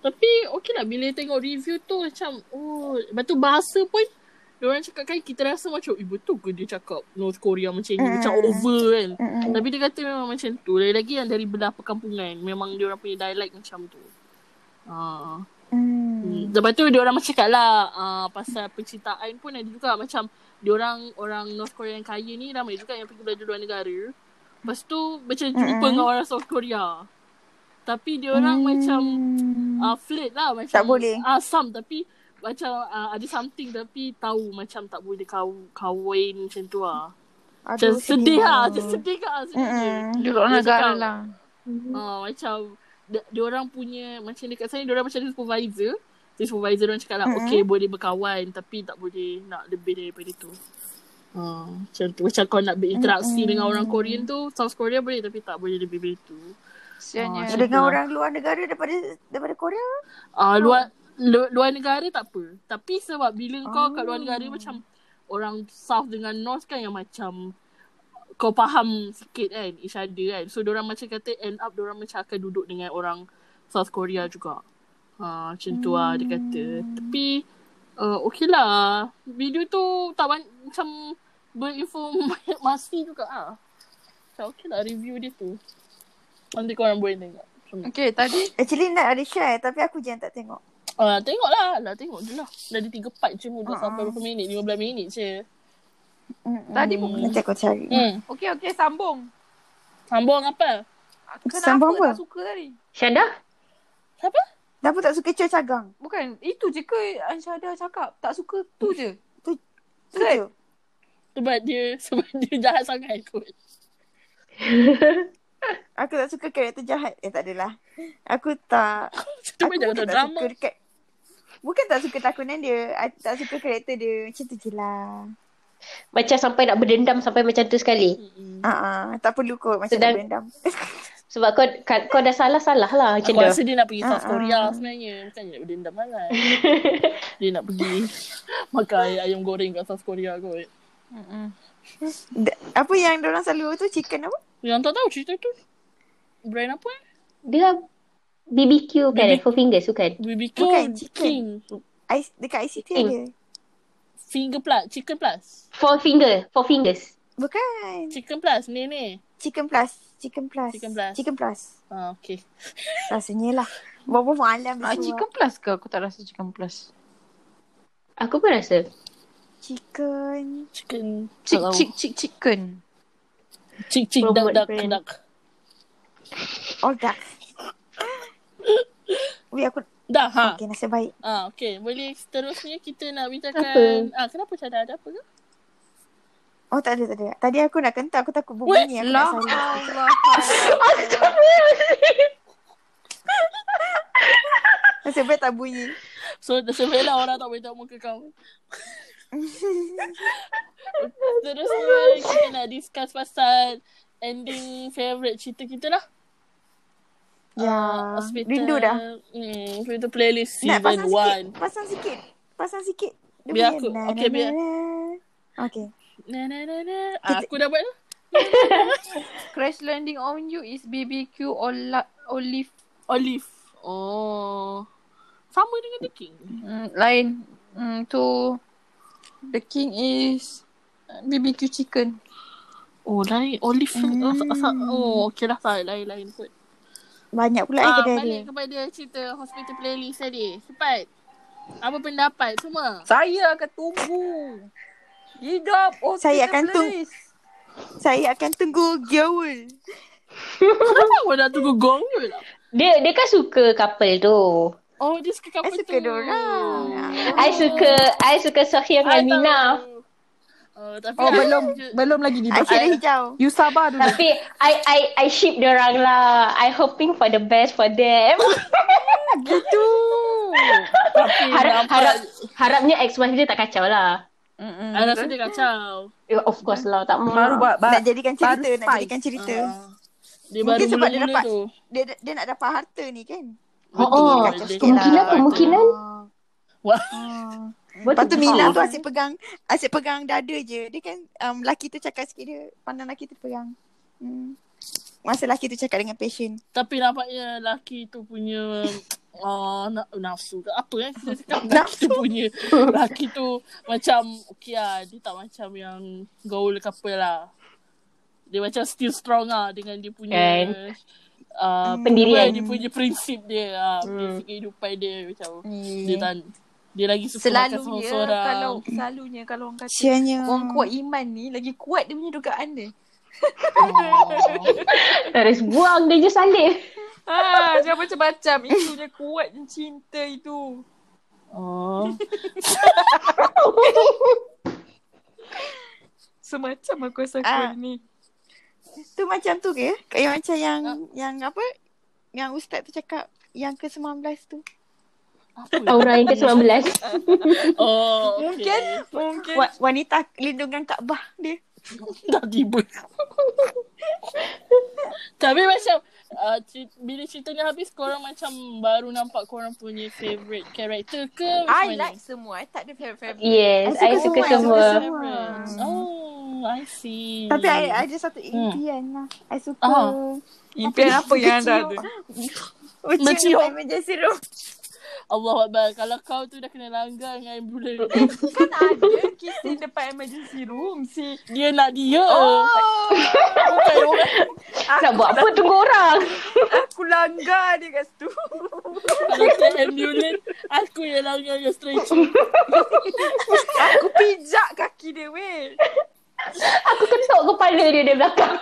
Speaker 1: Tapi okey lah bila tengok review tu macam oh lepas tu bahasa pun orang cakap kan kita rasa macam eh betul ke dia cakap North Korea macam ni
Speaker 2: Hmm.
Speaker 1: macam over kan.
Speaker 2: Mm-mm.
Speaker 1: Tapi dia kata memang macam tu. Lagi-lagi yang dari belah perkampungan memang dia orang punya dialect macam tu. Ah.
Speaker 2: Hmm.
Speaker 1: Hmm. Lepas tu dia orang macam cakap lah uh, pasal percintaan pun ada juga macam dia orang orang North Korea yang kaya ni ramai juga yang pergi belajar luar negara. Lepas tu macam jumpa
Speaker 2: Mm-mm.
Speaker 1: dengan orang South Korea. Tapi dia orang
Speaker 2: Hmm.
Speaker 1: macam uh, flirt lah macam
Speaker 2: Tak boleh.
Speaker 1: Ah some tapi macam uh, ada something tapi tahu macam tak boleh kau kahwin macam tu lah. Macam
Speaker 2: Aduh,
Speaker 1: sedih lah. Macam
Speaker 2: sedihnya.
Speaker 1: sedih kat sebenarnya.
Speaker 2: Mm-mm.
Speaker 5: Dia orang
Speaker 1: Dia
Speaker 5: negara
Speaker 1: cakap-
Speaker 5: lah.
Speaker 1: Ah macam di- diorang punya macam dekat sana diorang macam ada supervisor. So supervisor orang cakap lah
Speaker 2: Mm-mm.
Speaker 1: mm-hmm. okay boleh berkawan tapi tak boleh nak lebih daripada tu. Ah macam tu. Macam kau nak berinteraksi
Speaker 2: Mm-mm.
Speaker 1: mm-hmm. dengan orang Korean tu South Korea boleh tapi tak boleh lebih dari tu.
Speaker 5: Sianya.
Speaker 1: Ah,
Speaker 2: Dengan
Speaker 1: Sedih.
Speaker 2: orang luar negara daripada daripada Korea.
Speaker 1: Ah luar lu, luar negara tak apa. Tapi sebab bila kau kat luar
Speaker 2: Oh.
Speaker 1: negara macam orang South dengan North kan yang macam kau faham sikit kan each other kan. So diorang macam kata end up diorang macam akan duduk dengan orang South Korea juga. Ha, macam tu lah dia kata. Tapi uh, okay lah. Video tu tak ban- macam berinformasi juga ah. Macam okay lah review dia tu. Nanti korang boleh tengok. Macam
Speaker 5: Okay tadi
Speaker 2: Actually Nat ada share tapi aku je yang tak tengok.
Speaker 1: Ah, tengoklah. Dah tengok je lah. Dari tiga part je muda
Speaker 2: Ah,
Speaker 1: sampai
Speaker 2: ah.
Speaker 1: berapa minit? 15 minit je.
Speaker 5: Tadi pun
Speaker 2: Nanti aku cari.
Speaker 1: Hmm.
Speaker 5: Okey okey sambung.
Speaker 1: Sambung apa?
Speaker 5: Kenapa
Speaker 2: Sambung
Speaker 5: sambung
Speaker 2: apa?
Speaker 5: tak suka tadi?
Speaker 3: Syada?
Speaker 1: Siapa?
Speaker 2: Dah pun tak suka cuy cagang.
Speaker 5: Bukan itu je ke Ansyada cakap tak suka tu je.
Speaker 2: Betul.
Speaker 1: Sebab dia, sebab dia jahat sangat kot.
Speaker 2: Aku tak suka karakter jahat. Eh tak adalah. Aku tak
Speaker 1: Dia banyak
Speaker 2: bukan
Speaker 1: ada
Speaker 2: tak
Speaker 1: drama.
Speaker 2: suka dekat Bukan tak suka takunan dia. Aku tak suka karakter dia. Macam tu je lah.
Speaker 3: Macam sampai nak berdendam sampai macam tu sekali.
Speaker 1: Mm-mm.
Speaker 2: Uh-uh, tak perlu kot macam
Speaker 3: Sedang-
Speaker 2: Sedang... berendam.
Speaker 3: Sebab kau ka- kau dah salah-salah lah macam
Speaker 1: Aku
Speaker 3: tu.
Speaker 1: rasa dia nak pergi South
Speaker 2: Ah, ah.
Speaker 1: Korea sebenarnya. Bukan dia nak berdendam sangat. dia nak pergi makan ay- ayam goreng kat South Korea kot.
Speaker 2: Da- apa yang orang selalu tu chicken apa?
Speaker 1: Yang tak tahu cerita tu. Brand apa eh?
Speaker 3: Dia BBQ kan?
Speaker 1: BBQ.
Speaker 3: Four Fingers bukan?
Speaker 1: BBQ
Speaker 2: Bukan, chicken.
Speaker 1: King.
Speaker 2: Ice, dekat ICT
Speaker 3: Chicken.
Speaker 2: ada.
Speaker 1: Finger plus. Chicken plus.
Speaker 3: Four Finger. Four Fingers.
Speaker 2: Bukan.
Speaker 1: Chicken plus. Ni ni.
Speaker 2: Chicken plus. Chicken plus.
Speaker 1: Chicken plus.
Speaker 2: Chicken plus.
Speaker 1: Ah, okay.
Speaker 2: Rasanya lah. Bawa malam
Speaker 5: Ah, chicken plus ke? Aku tak rasa chicken plus.
Speaker 3: Aku pun rasa.
Speaker 2: Chicken.
Speaker 1: Chicken.
Speaker 5: Chick
Speaker 1: tak tahu.
Speaker 5: chick chick chicken.
Speaker 1: Cik cik dak
Speaker 3: Robot
Speaker 1: dak
Speaker 3: brand.
Speaker 1: dak.
Speaker 2: All dark. Oh, Weh aku.
Speaker 1: Dah ha.
Speaker 2: Okay nasib baik.
Speaker 1: Ah, okay. Boleh seterusnya kita nak bincangkan. Ah, kenapa Syada ada apa ke?
Speaker 2: Oh tak ada tak ada. Tadi aku nak kentak aku takut berbunyi aku
Speaker 5: lah
Speaker 2: nak salah.
Speaker 5: Allah.
Speaker 2: Nasib baik tak bunyi.
Speaker 1: So, sebelah orang tak boleh tengok muka kau. Seterusnya, kita nak discuss pasal ending favourite cerita kita lah.
Speaker 2: Ya.
Speaker 1: Ah, hospital-
Speaker 2: Rindu dah.
Speaker 1: Hmm, hospital playlist season
Speaker 2: Nak pasang sikit.
Speaker 1: 1.
Speaker 2: Pasang sikit. Pasang sikit.
Speaker 1: Biar
Speaker 2: punya
Speaker 1: aku-
Speaker 2: na-
Speaker 1: okay,
Speaker 2: na-
Speaker 1: biar-
Speaker 2: na- na. Okay.
Speaker 1: Na, na, na, na. Ah, aku dah buat tu.
Speaker 5: Crash landing on you is BBQ ola- olive.
Speaker 1: Olive. Oh. Sama dengan The King.
Speaker 5: Mm, lain. Mm, tu the king is uh, BBQ chicken.
Speaker 1: Oh, lain. Olive.
Speaker 2: Hmm.
Speaker 1: Asal- asal- Oh, okay lah. Tak, lain-lain kot.
Speaker 2: Banyak pula ah,
Speaker 1: Ah,
Speaker 2: kedai dia.
Speaker 1: balik kepada cerita hospital playlist tadi. Cepat. Apa pendapat semua?
Speaker 5: Saya akan tunggu. Hidup. Oh,
Speaker 2: Saya akan tunggu. Saya akan tunggu Giaul.
Speaker 1: Kenapa awak nak tunggu gong je lah?
Speaker 3: Dia dia kan suka couple tu.
Speaker 1: Oh, dia suka
Speaker 2: I
Speaker 1: couple tu.
Speaker 2: suka dorang.
Speaker 3: I suka I suka Sohyang
Speaker 1: Oh. I
Speaker 3: dengan Mina.
Speaker 1: tahu. Oh, tapi
Speaker 5: Oh,
Speaker 1: I-
Speaker 5: belum belum lagi di
Speaker 2: I kira hijau.
Speaker 5: You sabar dulu.
Speaker 3: Tapi I I I ship orang lah. I hoping for the best for them.
Speaker 5: Gitu.
Speaker 1: Tapi
Speaker 3: harap
Speaker 1: nampak-
Speaker 3: harap harapnya ex wife dia tak kacau lah.
Speaker 1: I rasa dia kacau.
Speaker 3: Eh, Of course lah tak mau.
Speaker 5: Baru buat.
Speaker 2: Nak
Speaker 5: Ba-
Speaker 2: jadikan cerita,
Speaker 5: baru
Speaker 2: nak
Speaker 5: spice.
Speaker 2: jadikan cerita.
Speaker 1: Ah. Dia baru
Speaker 2: Mungkin sebab dia
Speaker 1: mula-mula
Speaker 2: dapat-
Speaker 1: tu.
Speaker 2: Dia dia nak dapat harta ni kan.
Speaker 3: Oh,
Speaker 1: Betul,
Speaker 3: oh.
Speaker 1: dia dapat
Speaker 3: Kemungkinan,
Speaker 2: lah.
Speaker 1: harta.
Speaker 3: kemungkinan. Hmm.
Speaker 1: Wah.
Speaker 2: Ah.
Speaker 3: What
Speaker 2: Lepas tu
Speaker 3: the
Speaker 2: Mila
Speaker 3: fuck?
Speaker 2: tu asyik pegang asyik pegang dada je. Dia kan um, lelaki tu cakap sikit dia pandang lelaki tu pegang. Hmm. Masa lelaki tu cakap dengan passion.
Speaker 1: Tapi nampaknya lelaki tu punya uh, na- nafsu ke apa eh kita cakap lelaki tu punya lelaki tu macam okey lah dia tak macam yang gaul couple lah dia macam still strong lah dengan dia punya
Speaker 3: Kan.
Speaker 1: uh,
Speaker 3: Pendirian.
Speaker 1: dia punya prinsip dia uh, prinsip kehidupan dia macam dia tak dia lagi suka makan
Speaker 5: Selalunya
Speaker 1: seorang-seorang
Speaker 5: kalau selalunya kalau orang kata
Speaker 2: Sianya.
Speaker 5: orang kuat iman ni lagi kuat dia punya dugaan dia.
Speaker 3: Terus buang dia je salib.
Speaker 4: Ah,
Speaker 5: Ha, jangan macam-macam. Itu dia kuatnya cinta itu.
Speaker 1: oh.
Speaker 5: Semacam aku rasa
Speaker 2: Ah.
Speaker 5: aku ni.
Speaker 2: Tu macam tu ke? Yang macam yang yang apa? Yang ustaz tu cakap yang ke-19 tu.
Speaker 1: apa
Speaker 3: Aura yang ke-19.
Speaker 1: oh okay.
Speaker 2: Mungkin mungkin Wa- wanita lindungan Kaabah dia.
Speaker 1: Dah tiba Tapi macam uh, cer- Bila ceritanya habis Korang macam Baru nampak korang punya Favorite character ke Macam
Speaker 5: I
Speaker 1: mana?
Speaker 5: like semua. I tak ada favorite.
Speaker 3: Yes, I suka semua.
Speaker 2: I suka
Speaker 1: Favourite.
Speaker 2: semua.
Speaker 1: Oh I see
Speaker 2: Tapi I, I ada satu impian lah. I suka
Speaker 1: Ah.
Speaker 5: Impian apa yang anda ada?
Speaker 2: Ujian
Speaker 1: Mencium.
Speaker 2: emergency room.
Speaker 1: Allah Kalau kau tu dah kena langgar Dengan ambulans
Speaker 5: Kan ada kisah depan emergency room si.
Speaker 1: Dia nak dia
Speaker 5: Oh,
Speaker 1: Bukan orang
Speaker 3: Nak buat apa tunggu orang.
Speaker 5: aku langgar dia kat situ.
Speaker 1: Kalau tak ambulans, aku yang lah yang yang stretch.
Speaker 2: Aku pijak kaki dia weh.
Speaker 3: Aku ketuk kepala dia dari belakang.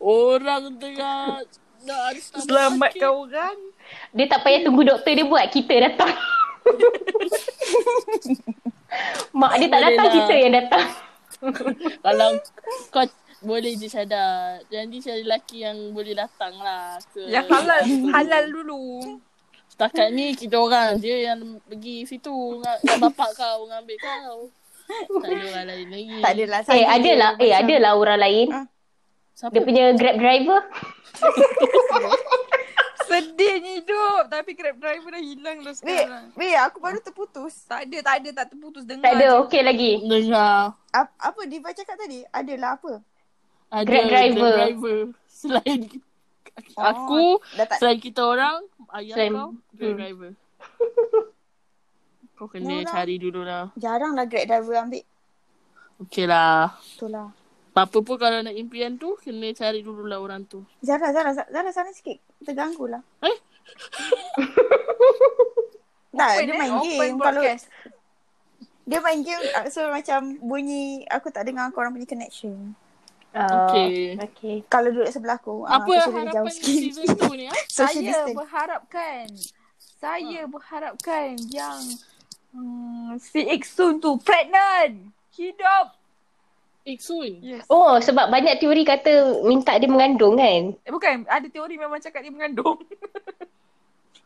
Speaker 1: Orang tengah nak hantar
Speaker 2: Selamatkan
Speaker 1: sakit.
Speaker 2: orang.
Speaker 3: Dia tak payah tunggu doktor dia buat. Kita datang. Mak dia tak
Speaker 1: Boleh
Speaker 3: datang,
Speaker 1: lah.
Speaker 3: kita yang datang.
Speaker 1: Kalau kau boleh je Syada. Janji cari lelaki yang boleh datang lah. Ke
Speaker 2: Yang halal
Speaker 1: hospital.
Speaker 2: halal dulu.
Speaker 1: Setakat ni kita orang je yang pergi situ. Dengan dengan bapak kau ngambil kau. Tak ada orang lain lagi.
Speaker 2: Tak adalah
Speaker 3: eh, ada lah. Eh, ada lah orang lain.
Speaker 2: Ah.
Speaker 1: Siapa?
Speaker 3: Dia punya grab driver.
Speaker 5: Sedihnya hidup Tapi grab driver dah hilang dah
Speaker 2: Weh,
Speaker 5: sekarang
Speaker 2: weh aku baru terputus.
Speaker 5: Tak ada, tak ada, tak terputus dengar
Speaker 3: Tak ada.
Speaker 1: Ah.
Speaker 5: je.
Speaker 3: Okey lagi.
Speaker 1: Dengar.
Speaker 2: Apa, apa Diva cakap tadi? Adalah apa?
Speaker 1: Ada
Speaker 3: Grab driver.
Speaker 1: Grab driver. Selain aku,
Speaker 2: Oh, Dah tak
Speaker 1: selain kita orang, ayah
Speaker 3: Selain-
Speaker 1: kau, Grab
Speaker 3: hmm.
Speaker 1: driver. Kau kena
Speaker 2: Norak.
Speaker 1: cari dulu lah.
Speaker 2: jarang lah grab driver ambil.
Speaker 1: Okay lah.
Speaker 2: Betul lah.
Speaker 1: Apa-apa pun kalau nak impian tu, kena cari dululah orang tu.
Speaker 2: Zara, Zara, Zara sana sikit. Terganggu lah.
Speaker 5: Hmm?
Speaker 1: Eh?
Speaker 2: tak,
Speaker 5: Open,
Speaker 2: dia
Speaker 5: eh?
Speaker 2: main
Speaker 5: Open
Speaker 2: game. Kalau
Speaker 5: broadcast
Speaker 2: dia main game, uh, so macam bunyi aku tak dengar korang punya connection.
Speaker 5: Ah,
Speaker 1: Okey.
Speaker 3: Okey.
Speaker 2: Kalau duduk sebelah aku, ah,
Speaker 1: Apa
Speaker 2: aku suruh dia
Speaker 1: harapan
Speaker 2: jauh sikit.
Speaker 1: season tu ni? Ha?
Speaker 2: Social
Speaker 5: Saya
Speaker 2: distance.
Speaker 5: berharapkan
Speaker 1: Hmm.
Speaker 5: Saya berharapkan yang hmm, Si Iksun tu pregnant Hidup
Speaker 1: Eh, Iksun.
Speaker 5: Yes
Speaker 3: Oh, sebab banyak teori kata minta dia mengandung kan?
Speaker 5: Eh, bukan, ada teori memang cakap dia mengandung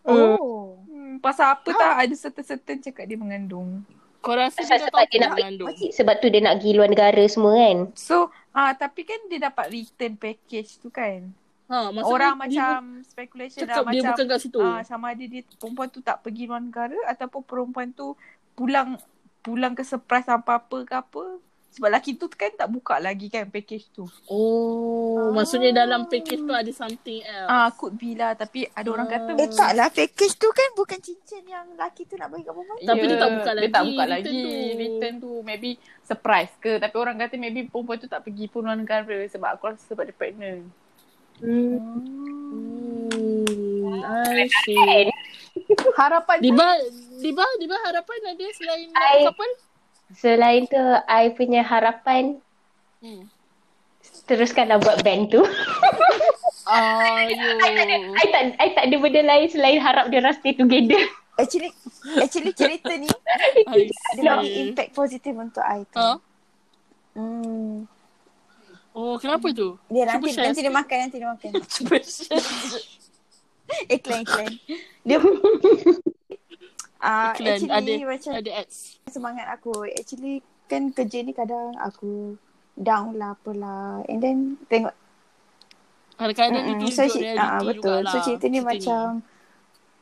Speaker 2: Oh.
Speaker 5: hmm, Pasal apa tak ada certain-certain cakap dia mengandung
Speaker 1: Kau rasa
Speaker 3: Pasal
Speaker 1: dia dah
Speaker 3: sebab
Speaker 1: tahu
Speaker 3: dia
Speaker 1: dia
Speaker 3: nak-
Speaker 1: mengandung.
Speaker 3: Sebab tu dia nak pergi luar negara semua kan?
Speaker 5: So, ah tapi kan dia dapat return package tu kan
Speaker 1: Ha, maksudnya
Speaker 5: Orang
Speaker 1: dia
Speaker 5: macam
Speaker 1: bu-
Speaker 5: speculation
Speaker 1: cakap
Speaker 5: lah
Speaker 1: dia
Speaker 5: macam
Speaker 1: bukan kat situ.
Speaker 5: Ah, sama ada dia perempuan tu tak pergi luar negara ataupun perempuan tu pulang pulang ke surprise apa-apa ke apa. Sebab lelaki tu kan tak buka lagi kan package
Speaker 2: Ah.
Speaker 5: tu.
Speaker 1: Oh, maksudnya dalam package tu ada something else.
Speaker 5: Ah, could be lah tapi ada orang kata
Speaker 2: Eh tak lah, package tu kan bukan cincin yang lelaki tu nak bagi kat perempuan.
Speaker 1: Tapi dia
Speaker 5: Ya,
Speaker 1: tak buka
Speaker 6: Dia tak
Speaker 1: lagi
Speaker 6: buka
Speaker 1: return
Speaker 6: lagi
Speaker 1: tu.
Speaker 6: return tu. Maybe surprise ke. Tapi orang kata maybe perempuan tu tak pergi pun luar negara sebab aku rasa sebab dia pregnant.
Speaker 1: Hmm,
Speaker 2: Ah.
Speaker 1: I see.
Speaker 6: Harapan
Speaker 1: Diba, Diba, Diba harapan ada selain
Speaker 3: I-
Speaker 1: kapan?
Speaker 3: Selain tu, I punya harapan
Speaker 1: Hmm.
Speaker 3: teruskanlah buat band tu.
Speaker 1: Ayo.
Speaker 3: I tak I tak ada benda lain selain harap dia rasa together.
Speaker 2: Actually, actually cerita ni
Speaker 1: I
Speaker 2: dia
Speaker 5: Lah.
Speaker 2: bagi
Speaker 1: see.
Speaker 2: impact positif untuk I tu.
Speaker 5: Oh.
Speaker 1: Ha?
Speaker 2: Hmm.
Speaker 1: Oh, kenapa tu?
Speaker 2: Dia
Speaker 1: Cuba
Speaker 2: nanti
Speaker 1: share
Speaker 2: nanti dia
Speaker 1: sikit.
Speaker 2: makan, nanti dia makan. Iklan, iklan. Dia Ah,
Speaker 1: Iklan,
Speaker 2: actually
Speaker 1: ada,
Speaker 2: macam
Speaker 1: ada ads.
Speaker 2: semangat aku. Actually kan kerja ni kadang aku down lah apalah. And then tengok
Speaker 1: Kadang-kadang
Speaker 2: Mm-mm.
Speaker 1: dia
Speaker 2: so,
Speaker 1: tunjuk
Speaker 2: ci-
Speaker 1: reality
Speaker 2: ah, betul.
Speaker 1: jugalah.
Speaker 2: So cerita ni macam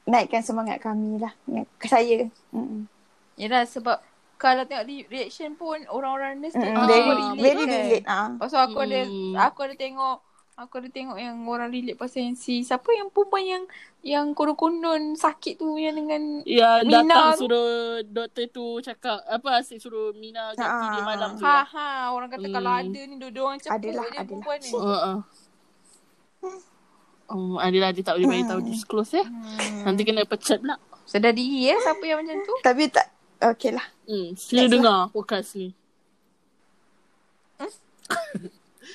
Speaker 2: naikkan semangat kami lah. Naik- Ke saya. Mm-mm.
Speaker 5: Yalah sebab kalau tengok re- reaction pun orang-orang ni
Speaker 2: Mm-mm.
Speaker 1: Ah,
Speaker 2: Very,
Speaker 1: relate
Speaker 2: very
Speaker 5: kan?
Speaker 2: relate. Ah.
Speaker 5: Pasal aku ada
Speaker 1: Hmm.
Speaker 5: aku ada tengok aku ada tengok yang orang relate pasal yang si siapa yang perempuan yang yang konon-konon sakit tu yang dengan
Speaker 1: Ya,
Speaker 5: Mina
Speaker 1: datang
Speaker 5: tu.
Speaker 1: suruh doktor tu cakap, apa asyik suruh Mina ganti
Speaker 2: Ah.
Speaker 1: dia malam tu.
Speaker 5: Ha ha orang kata kalau
Speaker 1: Hmm.
Speaker 5: ada ni dua-dua orang cakap
Speaker 2: Adalah,
Speaker 5: dia
Speaker 2: adalah.
Speaker 5: perempuan ni.
Speaker 1: Oh, uh. Oh, adalah dia tak boleh bagi
Speaker 2: Mm.
Speaker 1: tahu disclose ya. Nanti kena pecat pula.
Speaker 5: Sedar diri ya siapa yang macam tu.
Speaker 2: Tapi tak Okay lah.
Speaker 1: Hmm, sila dengar podcast ni.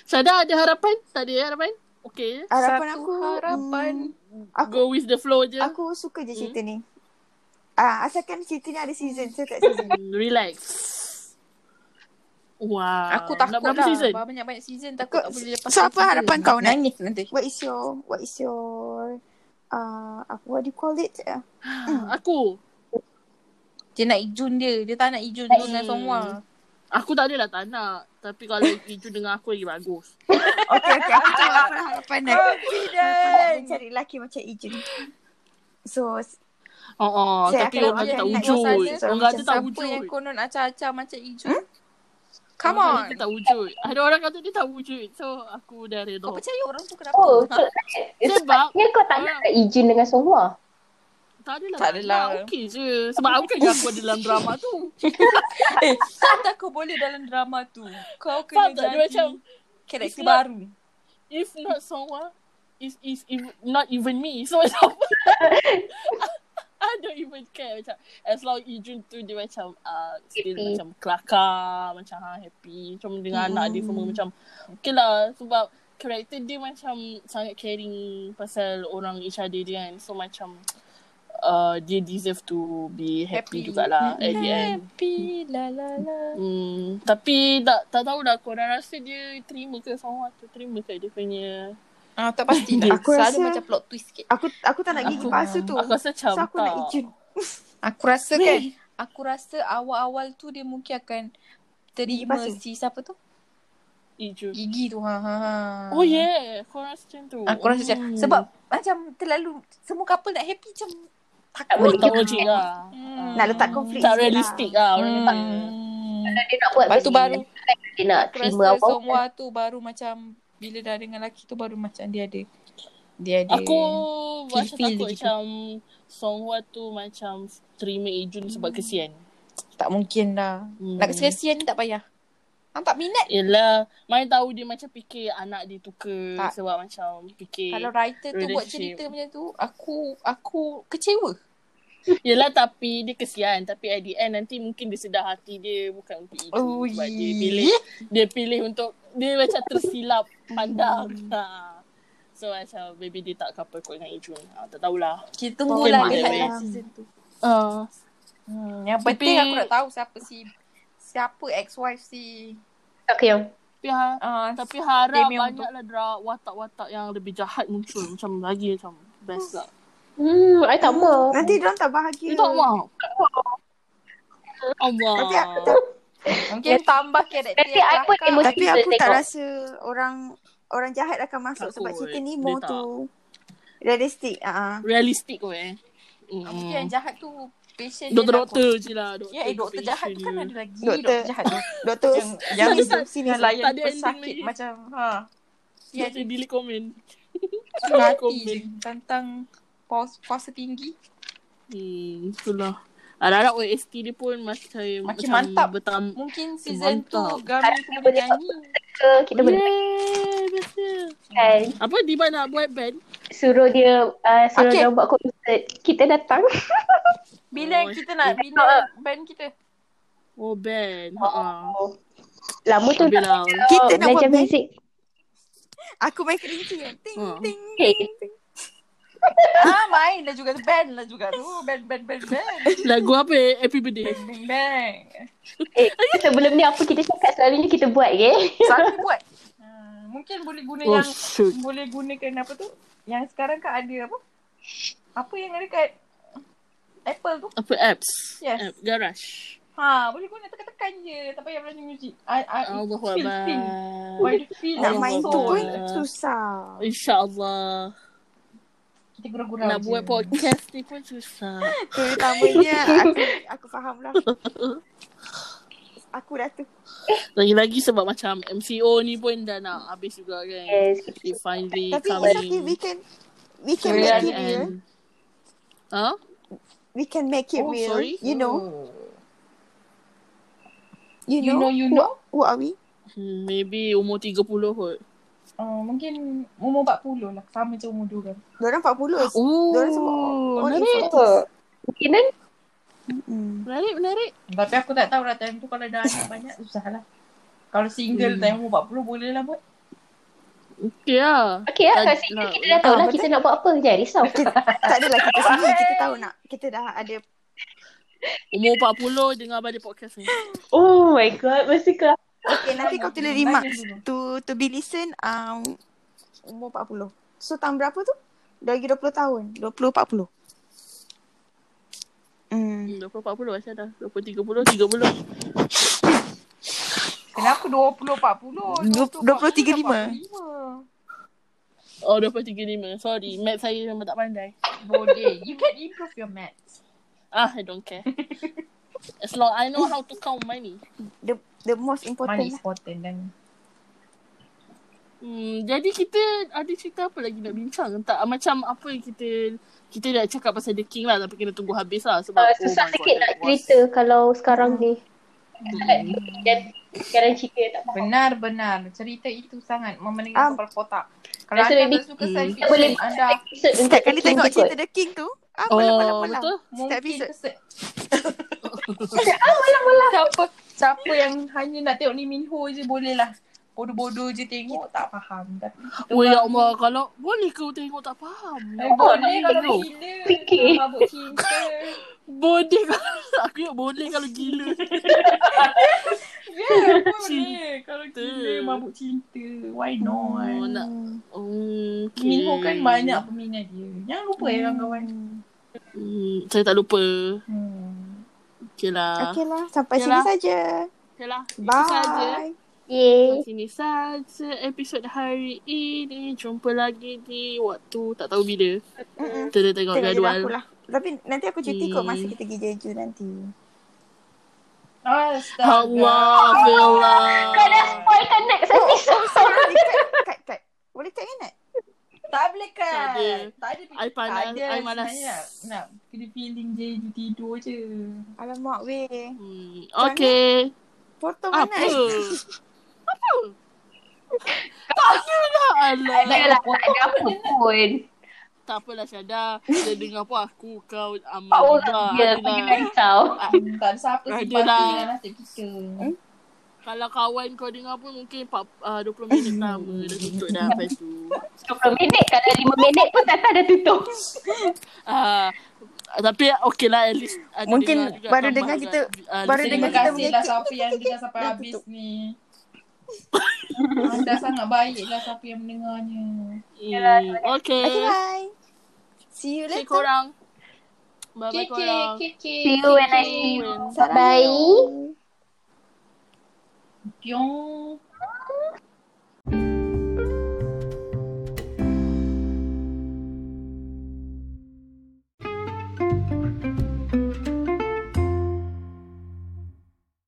Speaker 1: Sada ada harapan? Tak ada eh, harapan? Okay.
Speaker 2: Harapan
Speaker 5: Satu
Speaker 2: aku
Speaker 5: harapan.
Speaker 2: hmm, aku
Speaker 1: Go with the flow je.
Speaker 2: aku suka je
Speaker 1: Hmm.
Speaker 2: cerita ni. Ah, asalkan cerita ni ada season. Saya tak season.
Speaker 1: Hmm, Relax. Wow.
Speaker 5: Aku takut
Speaker 1: Nak berapa
Speaker 5: lah.
Speaker 1: season?
Speaker 5: Banyak-banyak season takut
Speaker 2: Kau-
Speaker 5: tak boleh lepas.
Speaker 2: so, apa
Speaker 5: season.
Speaker 2: harapan kau nak-
Speaker 5: Nangis nanti.
Speaker 2: What is your What is your uh, apa What do you call it uh,
Speaker 1: Aku.
Speaker 5: Dia nak ijun dia. Dia tak nak ijun
Speaker 1: Tak
Speaker 5: tu dengan
Speaker 1: ijun.
Speaker 5: semua.
Speaker 1: Aku tak adalah tak nak. Tapi kalau itu dengan aku lagi bagus.
Speaker 2: Okay okay Aku tahu apa harapan dia Harapan dia cari lelaki macam Ijun So
Speaker 1: Oh, oh.
Speaker 2: Saya
Speaker 1: tapi
Speaker 2: akan
Speaker 1: orang kata tak
Speaker 2: nak
Speaker 1: wujud.
Speaker 5: buat sana.
Speaker 1: Orang kata tak
Speaker 5: Siapa yang
Speaker 1: wujud.
Speaker 5: konon acah-acah macam ijun?
Speaker 1: Orang
Speaker 5: Come on.
Speaker 1: kata tak wujud. Ada orang kata dia tak wujud. So, aku dah reda.
Speaker 5: Kau percaya orang tu kenapa?
Speaker 3: Oh, so,
Speaker 1: Sebab-
Speaker 3: sebabnya kau tak nak kat izin dengan semua.
Speaker 1: Tak adalah.
Speaker 5: Tak adalah.
Speaker 1: Tak, Okey je. Sebab aku kan aku ada dalam drama tu.
Speaker 5: Eh, kata kau boleh dalam drama tu.
Speaker 1: Faham
Speaker 5: Kau
Speaker 1: tak? Dia
Speaker 5: kena jadi
Speaker 1: macam,
Speaker 5: karakter
Speaker 1: it's not-
Speaker 5: baru.
Speaker 1: if not someone, is is if not even me. So, macam I don't even care macam as long Ijun tu dia macam uh, still
Speaker 3: Happy.
Speaker 1: macam kelakar macam ha, happy macam dengan anak dia semua macam okay lah sebab karakter dia macam sangat caring pasal orang each other dia kan so macam uh, dia deserve to be happy,
Speaker 5: Happy.
Speaker 1: jugalah at the end
Speaker 5: Happy la la la.
Speaker 1: Hmm, tapi tak tak tahu dah korang rasa dia terima ke Sawah tu terima ke dia punya
Speaker 5: Ah tak pasti lah.
Speaker 2: Aku
Speaker 5: Selalu
Speaker 2: rasa-
Speaker 5: macam plot twist sikit.
Speaker 2: Aku aku tak nak gigi
Speaker 1: Aku-
Speaker 2: palsu tu.
Speaker 1: aku rasa
Speaker 2: so
Speaker 1: macam
Speaker 2: aku
Speaker 1: tak.
Speaker 2: nak Ijun.
Speaker 5: Aku rasa kan aku rasa awal-awal tu dia mungkin akan terima
Speaker 2: Lepas tu.
Speaker 5: si siapa tu?
Speaker 1: Ijun.
Speaker 5: Gigi tu. Ha ha. ha.
Speaker 1: Oh yeah, korang rasa macam tu. Hmm.
Speaker 5: Aku rasa macam sebab macam terlalu semua couple nak happy macam
Speaker 3: Tak
Speaker 1: oh,
Speaker 3: boleh
Speaker 1: tak
Speaker 3: juga.
Speaker 1: logik lah.
Speaker 5: Hmm.
Speaker 2: Nak letak konflik
Speaker 1: Tak
Speaker 2: sikit
Speaker 1: realistik lah orang
Speaker 5: Hmm.
Speaker 1: letak.
Speaker 3: Kalau dia nak buat
Speaker 5: Lepas tu
Speaker 3: benda
Speaker 5: baru-
Speaker 3: yang dia nak
Speaker 5: Aku
Speaker 3: terima
Speaker 5: rasa
Speaker 3: apa
Speaker 5: Somwa tu baru macam bila dah dengan lelaki tu baru macam dia ada dia ada
Speaker 1: Aku macam
Speaker 5: feel
Speaker 1: takut
Speaker 5: dia gitu.
Speaker 1: macam Songhwa tu macam terima Ijun
Speaker 5: Hmm.
Speaker 1: sebab kesian.
Speaker 5: tak mungkin lah.
Speaker 1: Hmm.
Speaker 5: Nak kesian ni tak payah. Hang tak minat.
Speaker 1: Yelah, main tahu dia macam fikir anak dia tu ke
Speaker 5: Tak.
Speaker 1: sebab macam fikir.
Speaker 5: Kalau writer tu buat
Speaker 1: relationship.
Speaker 5: cerita macam tu, aku aku kecewa.
Speaker 1: Yelah tapi dia kesian tapi at the end nanti mungkin dia sedar hati dia bukan untuk Ijun
Speaker 5: Oh,
Speaker 1: sebab dia
Speaker 5: ye.
Speaker 1: pilih dia pilih untuk dia macam tersilap pandang.
Speaker 5: Hmm.
Speaker 1: ha. So macam maybe dia tak couple kot dengan Ijun. Ha, tak tahulah.
Speaker 5: Kita tunggulah
Speaker 1: Mungkin
Speaker 5: lihat
Speaker 1: boleh.
Speaker 5: lah season tu.
Speaker 1: Uh,
Speaker 5: Hmm, yang
Speaker 1: Tapi-
Speaker 5: penting aku nak tahu siapa si siapa ex-wife si
Speaker 3: Tak yang
Speaker 1: tapi, ha,
Speaker 5: uh,
Speaker 1: tapi harap
Speaker 5: Damian tu.
Speaker 1: banyaklah dra watak-watak yang lebih jahat muncul. Macam lagi macam best lah.
Speaker 3: Hmm, I tak mau.
Speaker 2: Nanti dia orang tak bahagia.
Speaker 1: You tak mau? Allah.
Speaker 2: Nanti aku tak,
Speaker 5: mungkin tambah karakter
Speaker 3: Nanti
Speaker 5: yang
Speaker 3: I pun
Speaker 5: kelakar.
Speaker 3: emosi.
Speaker 2: tapi aku tak
Speaker 3: Tengok.
Speaker 2: rasa orang orang jahat akan masuk sebab
Speaker 1: Takut.
Speaker 2: cerita
Speaker 1: Dia
Speaker 2: Nemo
Speaker 1: tak.
Speaker 2: tu realistik. Ah.
Speaker 1: Realistik kot eh. Mm.
Speaker 5: Ah, Mungkin yang jahat tu patient dia
Speaker 1: Doktor-doktor
Speaker 5: takut.
Speaker 1: je lah. Doktor
Speaker 5: Ya, eh, doktor jahat tu kan ada lagi
Speaker 2: Doktor.
Speaker 5: doktor, jahat tu.
Speaker 2: Doktor
Speaker 5: yang yang
Speaker 1: Tak ada-
Speaker 5: sini yang layan
Speaker 1: tak ada ending
Speaker 5: pesakit
Speaker 1: lagi.
Speaker 5: macam ha.
Speaker 1: Ya,
Speaker 5: Ya,
Speaker 1: dia delete komen.
Speaker 5: surat
Speaker 1: komen.
Speaker 5: hati tentang pos- puasa tinggi.
Speaker 1: Hmm, itulah. Harap-harap OST dia pun macam
Speaker 5: Makin
Speaker 1: macam
Speaker 5: mantap.
Speaker 1: Bertam...
Speaker 5: Mungkin season
Speaker 1: Mantap.
Speaker 5: tu Gami tu boleh nyanyi.
Speaker 3: ke kita
Speaker 1: Hmm.
Speaker 3: boleh
Speaker 1: Yeay, biasa.
Speaker 3: kan
Speaker 1: Apa Diba nak buat band?
Speaker 3: suruh dia uh, suruh
Speaker 5: Okay.
Speaker 3: dia buat konsert. Kita datang.
Speaker 5: Bila
Speaker 1: Oh,
Speaker 5: kita nak bila band kita.
Speaker 1: Oh, band. Ha.
Speaker 3: Oh. Lama tu
Speaker 1: Habis
Speaker 3: nak
Speaker 1: lah.
Speaker 3: belajar-
Speaker 2: Kita nak
Speaker 3: belajar
Speaker 2: buat band.
Speaker 3: muzik.
Speaker 2: Aku main kerinci kan. Ting
Speaker 1: Ah.
Speaker 2: ting
Speaker 3: Hey.
Speaker 2: ting ting.
Speaker 5: Ah, main lah juga tu. Band lah juga tu. Band, band, band, band.
Speaker 1: Lagu apa eh? Happy birthday.
Speaker 5: Bang, bang.
Speaker 3: Eh, sebelum ni apa kita cakap selalunya kita buat ke?
Speaker 5: Selalu buat. Hmm, mungkin boleh guna
Speaker 1: Oh,
Speaker 5: yang
Speaker 1: shoot.
Speaker 5: boleh gunakan apa tu? Yang sekarang kan ada apa? Apa yang ada kat Apple tu?
Speaker 1: Apa apps?
Speaker 5: Yes.
Speaker 1: App, garage.
Speaker 5: Ha, boleh guna tekan-tekan je. Tak payah belajar muzik. I, I,
Speaker 1: Allah
Speaker 5: feel, feel. By the feel.
Speaker 2: Nak
Speaker 1: Allah
Speaker 2: main tu
Speaker 1: Allah.
Speaker 2: pun susah.
Speaker 1: InsyaAllah.
Speaker 5: Kita gurau-gurau
Speaker 1: Nak
Speaker 5: je.
Speaker 1: buat podcast ni pun susah.
Speaker 2: Terutamanya aku aku faham lah. Aku dah tu.
Speaker 1: Lagi-lagi sebab macam MCO ni pun dah nak habis juga kan.
Speaker 3: Yes.
Speaker 1: It finally
Speaker 2: Tapi
Speaker 1: coming.
Speaker 2: it's okay. We can we can
Speaker 5: Real
Speaker 2: make
Speaker 1: Kan,
Speaker 2: it real.
Speaker 1: and- Huh?
Speaker 2: We can make it
Speaker 1: Oh,
Speaker 2: real.
Speaker 1: sorry.
Speaker 2: You know. You,
Speaker 5: Oh. You know, you
Speaker 2: Who-
Speaker 5: know.
Speaker 2: Who, are we?
Speaker 1: Hmm, Maybe umur 30 kot.
Speaker 5: Uh, mungkin umur 40 lah. Sama je umur dua kan.
Speaker 2: Diorang 40.
Speaker 1: Ooh,
Speaker 2: Diorang semua all- all in
Speaker 1: menarik.
Speaker 2: 40s.
Speaker 3: Mungkinan
Speaker 2: Hmm.
Speaker 1: Menarik, menarik.
Speaker 5: Tapi aku tak tahu lah time tu kalau dah anak banyak susah lah. Kalau
Speaker 1: Hmm.
Speaker 5: single time umur 40 boleh lah buat.
Speaker 1: Okay lah.
Speaker 3: okey lah.
Speaker 1: Tak-
Speaker 3: Kasi
Speaker 1: nak-
Speaker 3: kita dah tahu lah
Speaker 2: Ah, betul.
Speaker 3: kita nak buat apa. Jangan risau.
Speaker 2: Kita, tak adalah kita sini. Kita tahu nak. Kita dah ada.
Speaker 1: Umur 40 dengar balik podcast ni.
Speaker 3: Oh my god. Mesti kelas.
Speaker 2: Okay, Eh, nanti kau tulis
Speaker 5: Tanya
Speaker 2: remarks.
Speaker 5: dulu.
Speaker 2: To, to be listen um, umur 40. So tahun berapa tu? Dah lagi 20 tahun. 20-40. Hmm.
Speaker 1: Hmm, 20, 40 macam dah. 20, 30, 30.
Speaker 5: Kenapa 20 40?
Speaker 2: Du- 20, 35.
Speaker 5: 35.
Speaker 1: Oh, 20, 35. Sorry, math saya memang tak pandai.
Speaker 5: Boleh. You can improve your maths.
Speaker 1: Ah, I don't care. As long I know how to count money.
Speaker 2: The, the most
Speaker 5: Money
Speaker 2: important lah.
Speaker 5: is important dan
Speaker 1: Hmm, jadi kita ada cerita apa lagi nak bincang? Tak macam apa yang kita kita nak cakap pasal The King lah tapi kena tunggu habis lah sebab
Speaker 5: Ah,
Speaker 3: Uh, susah
Speaker 1: my
Speaker 3: sikit
Speaker 1: God,
Speaker 3: nak
Speaker 1: that was-
Speaker 3: cerita kalau sekarang ni.
Speaker 1: Mm-mm.
Speaker 3: Hmm. Dan sekarang cerita tak faham.
Speaker 5: benar-benar cerita itu sangat memeningkan
Speaker 2: Ah.
Speaker 5: um, kepala kotak. Kalau
Speaker 3: Rasa
Speaker 5: anda
Speaker 3: baby-
Speaker 5: tak suka
Speaker 2: Hmm.
Speaker 5: science
Speaker 3: Tak boleh
Speaker 5: fiction, anda
Speaker 3: episode untuk
Speaker 2: Setiap kali
Speaker 3: King
Speaker 2: tengok
Speaker 3: tu kot.
Speaker 2: cerita The King tu, ah,
Speaker 1: Oh,
Speaker 2: malam-malam.
Speaker 1: betul?
Speaker 5: mungkin
Speaker 2: episode.
Speaker 5: kesel. ah, malam-malam siapa, siapa yang hanya nak tengok Lee Min Ho je boleh lah. Bodoh-bodoh je tengok, Oh, tak faham. Tapi kita
Speaker 1: Oh, ya
Speaker 5: orang-
Speaker 1: Allah. Kalau boleh kau tengok tak faham.
Speaker 5: lah. Eh, Boleh
Speaker 1: Boleh
Speaker 5: kalau
Speaker 1: kau.
Speaker 5: gila.
Speaker 3: Fikir.
Speaker 5: Kalau mabuk cinta.
Speaker 1: Boleh kalau aku ingat boleh kalau gila.
Speaker 5: Ya, yeah, boleh. Kalau
Speaker 1: Cinta.
Speaker 5: gila mabuk cinta. Why not?
Speaker 1: Oh, nak. Oh,
Speaker 5: Lee Min Ho kan banyak peminat dia. Jangan lupa ya kawan-kawan.
Speaker 1: Hmm, saya tak lupa.
Speaker 5: Hmm.
Speaker 1: Okey lah.
Speaker 2: Okay lah, sampai
Speaker 1: Okay
Speaker 2: sini
Speaker 1: lah.
Speaker 2: saja.
Speaker 1: Okey lah. Itu saja.
Speaker 2: Bye.
Speaker 3: Yeay.
Speaker 1: Sampai sini saja episod hari ini. Jumpa lagi di waktu tak tahu bila.
Speaker 2: Mm-mm.
Speaker 1: Kita dah tengok
Speaker 2: Tengok jalan
Speaker 1: jadual.
Speaker 2: aku lah. Tapi nanti aku cuti kot
Speaker 1: Hmm.
Speaker 2: masa kita pergi Jeju nanti.
Speaker 5: Astaga.
Speaker 1: Allah, Allah.
Speaker 3: Kau dah spoil kan next episode.
Speaker 2: Sorry, cut, cut, cut. Boleh cut kan nak?
Speaker 5: Tak boleh kan?
Speaker 1: Tak ada.
Speaker 5: Tak ada.
Speaker 1: I panas,
Speaker 5: Tak ada.
Speaker 1: I malas.
Speaker 5: Sebenarnya Nak, nak kena feeling je you tidur je.
Speaker 2: Alamak weh.
Speaker 1: Hmm, okay.
Speaker 2: Foto
Speaker 1: Apa?
Speaker 2: mana?
Speaker 1: Apa? tak ada lah. Alah.
Speaker 3: Tak ada apa pun.
Speaker 1: Tak apalah Syada. Dia dengar pun aku, kau, Amal.
Speaker 3: Pak
Speaker 1: Bah,
Speaker 3: orang dia
Speaker 1: ada
Speaker 3: pergi
Speaker 1: lah.
Speaker 3: dengan kau.
Speaker 5: Tak ada siapa
Speaker 1: Ada
Speaker 5: simpati
Speaker 1: lah.
Speaker 5: dengan nasib kita.
Speaker 1: Kalau kawan kau dengar pun mungkin 4, uh, 20 minit pertama dah tutup dah lepas tu.
Speaker 3: 20 minit. Kalau 5 minit pun tak dah tutup.
Speaker 1: Uh, tapi okey lah at least ada
Speaker 2: Mungkin
Speaker 1: dengar juga
Speaker 2: baru
Speaker 1: tambah
Speaker 2: dengar
Speaker 1: kan.
Speaker 2: kita-
Speaker 1: Ah,
Speaker 2: baru
Speaker 1: listening
Speaker 5: Terima
Speaker 2: dengar
Speaker 1: kan.
Speaker 2: kita
Speaker 5: kasih lah
Speaker 2: mengekik,
Speaker 5: siapa yang dengar sampai
Speaker 2: dah
Speaker 5: habis ni. Anda sangat baik lah siapa yang mendengarnya.
Speaker 1: Hmm, okay.
Speaker 2: Okay, bye. See you
Speaker 1: Okay
Speaker 2: later.
Speaker 1: korang. Bye-bye korang.
Speaker 5: kiki,
Speaker 3: See you when I see you.
Speaker 1: When-
Speaker 2: Sarang
Speaker 3: Bye.
Speaker 2: you.
Speaker 5: Pyong.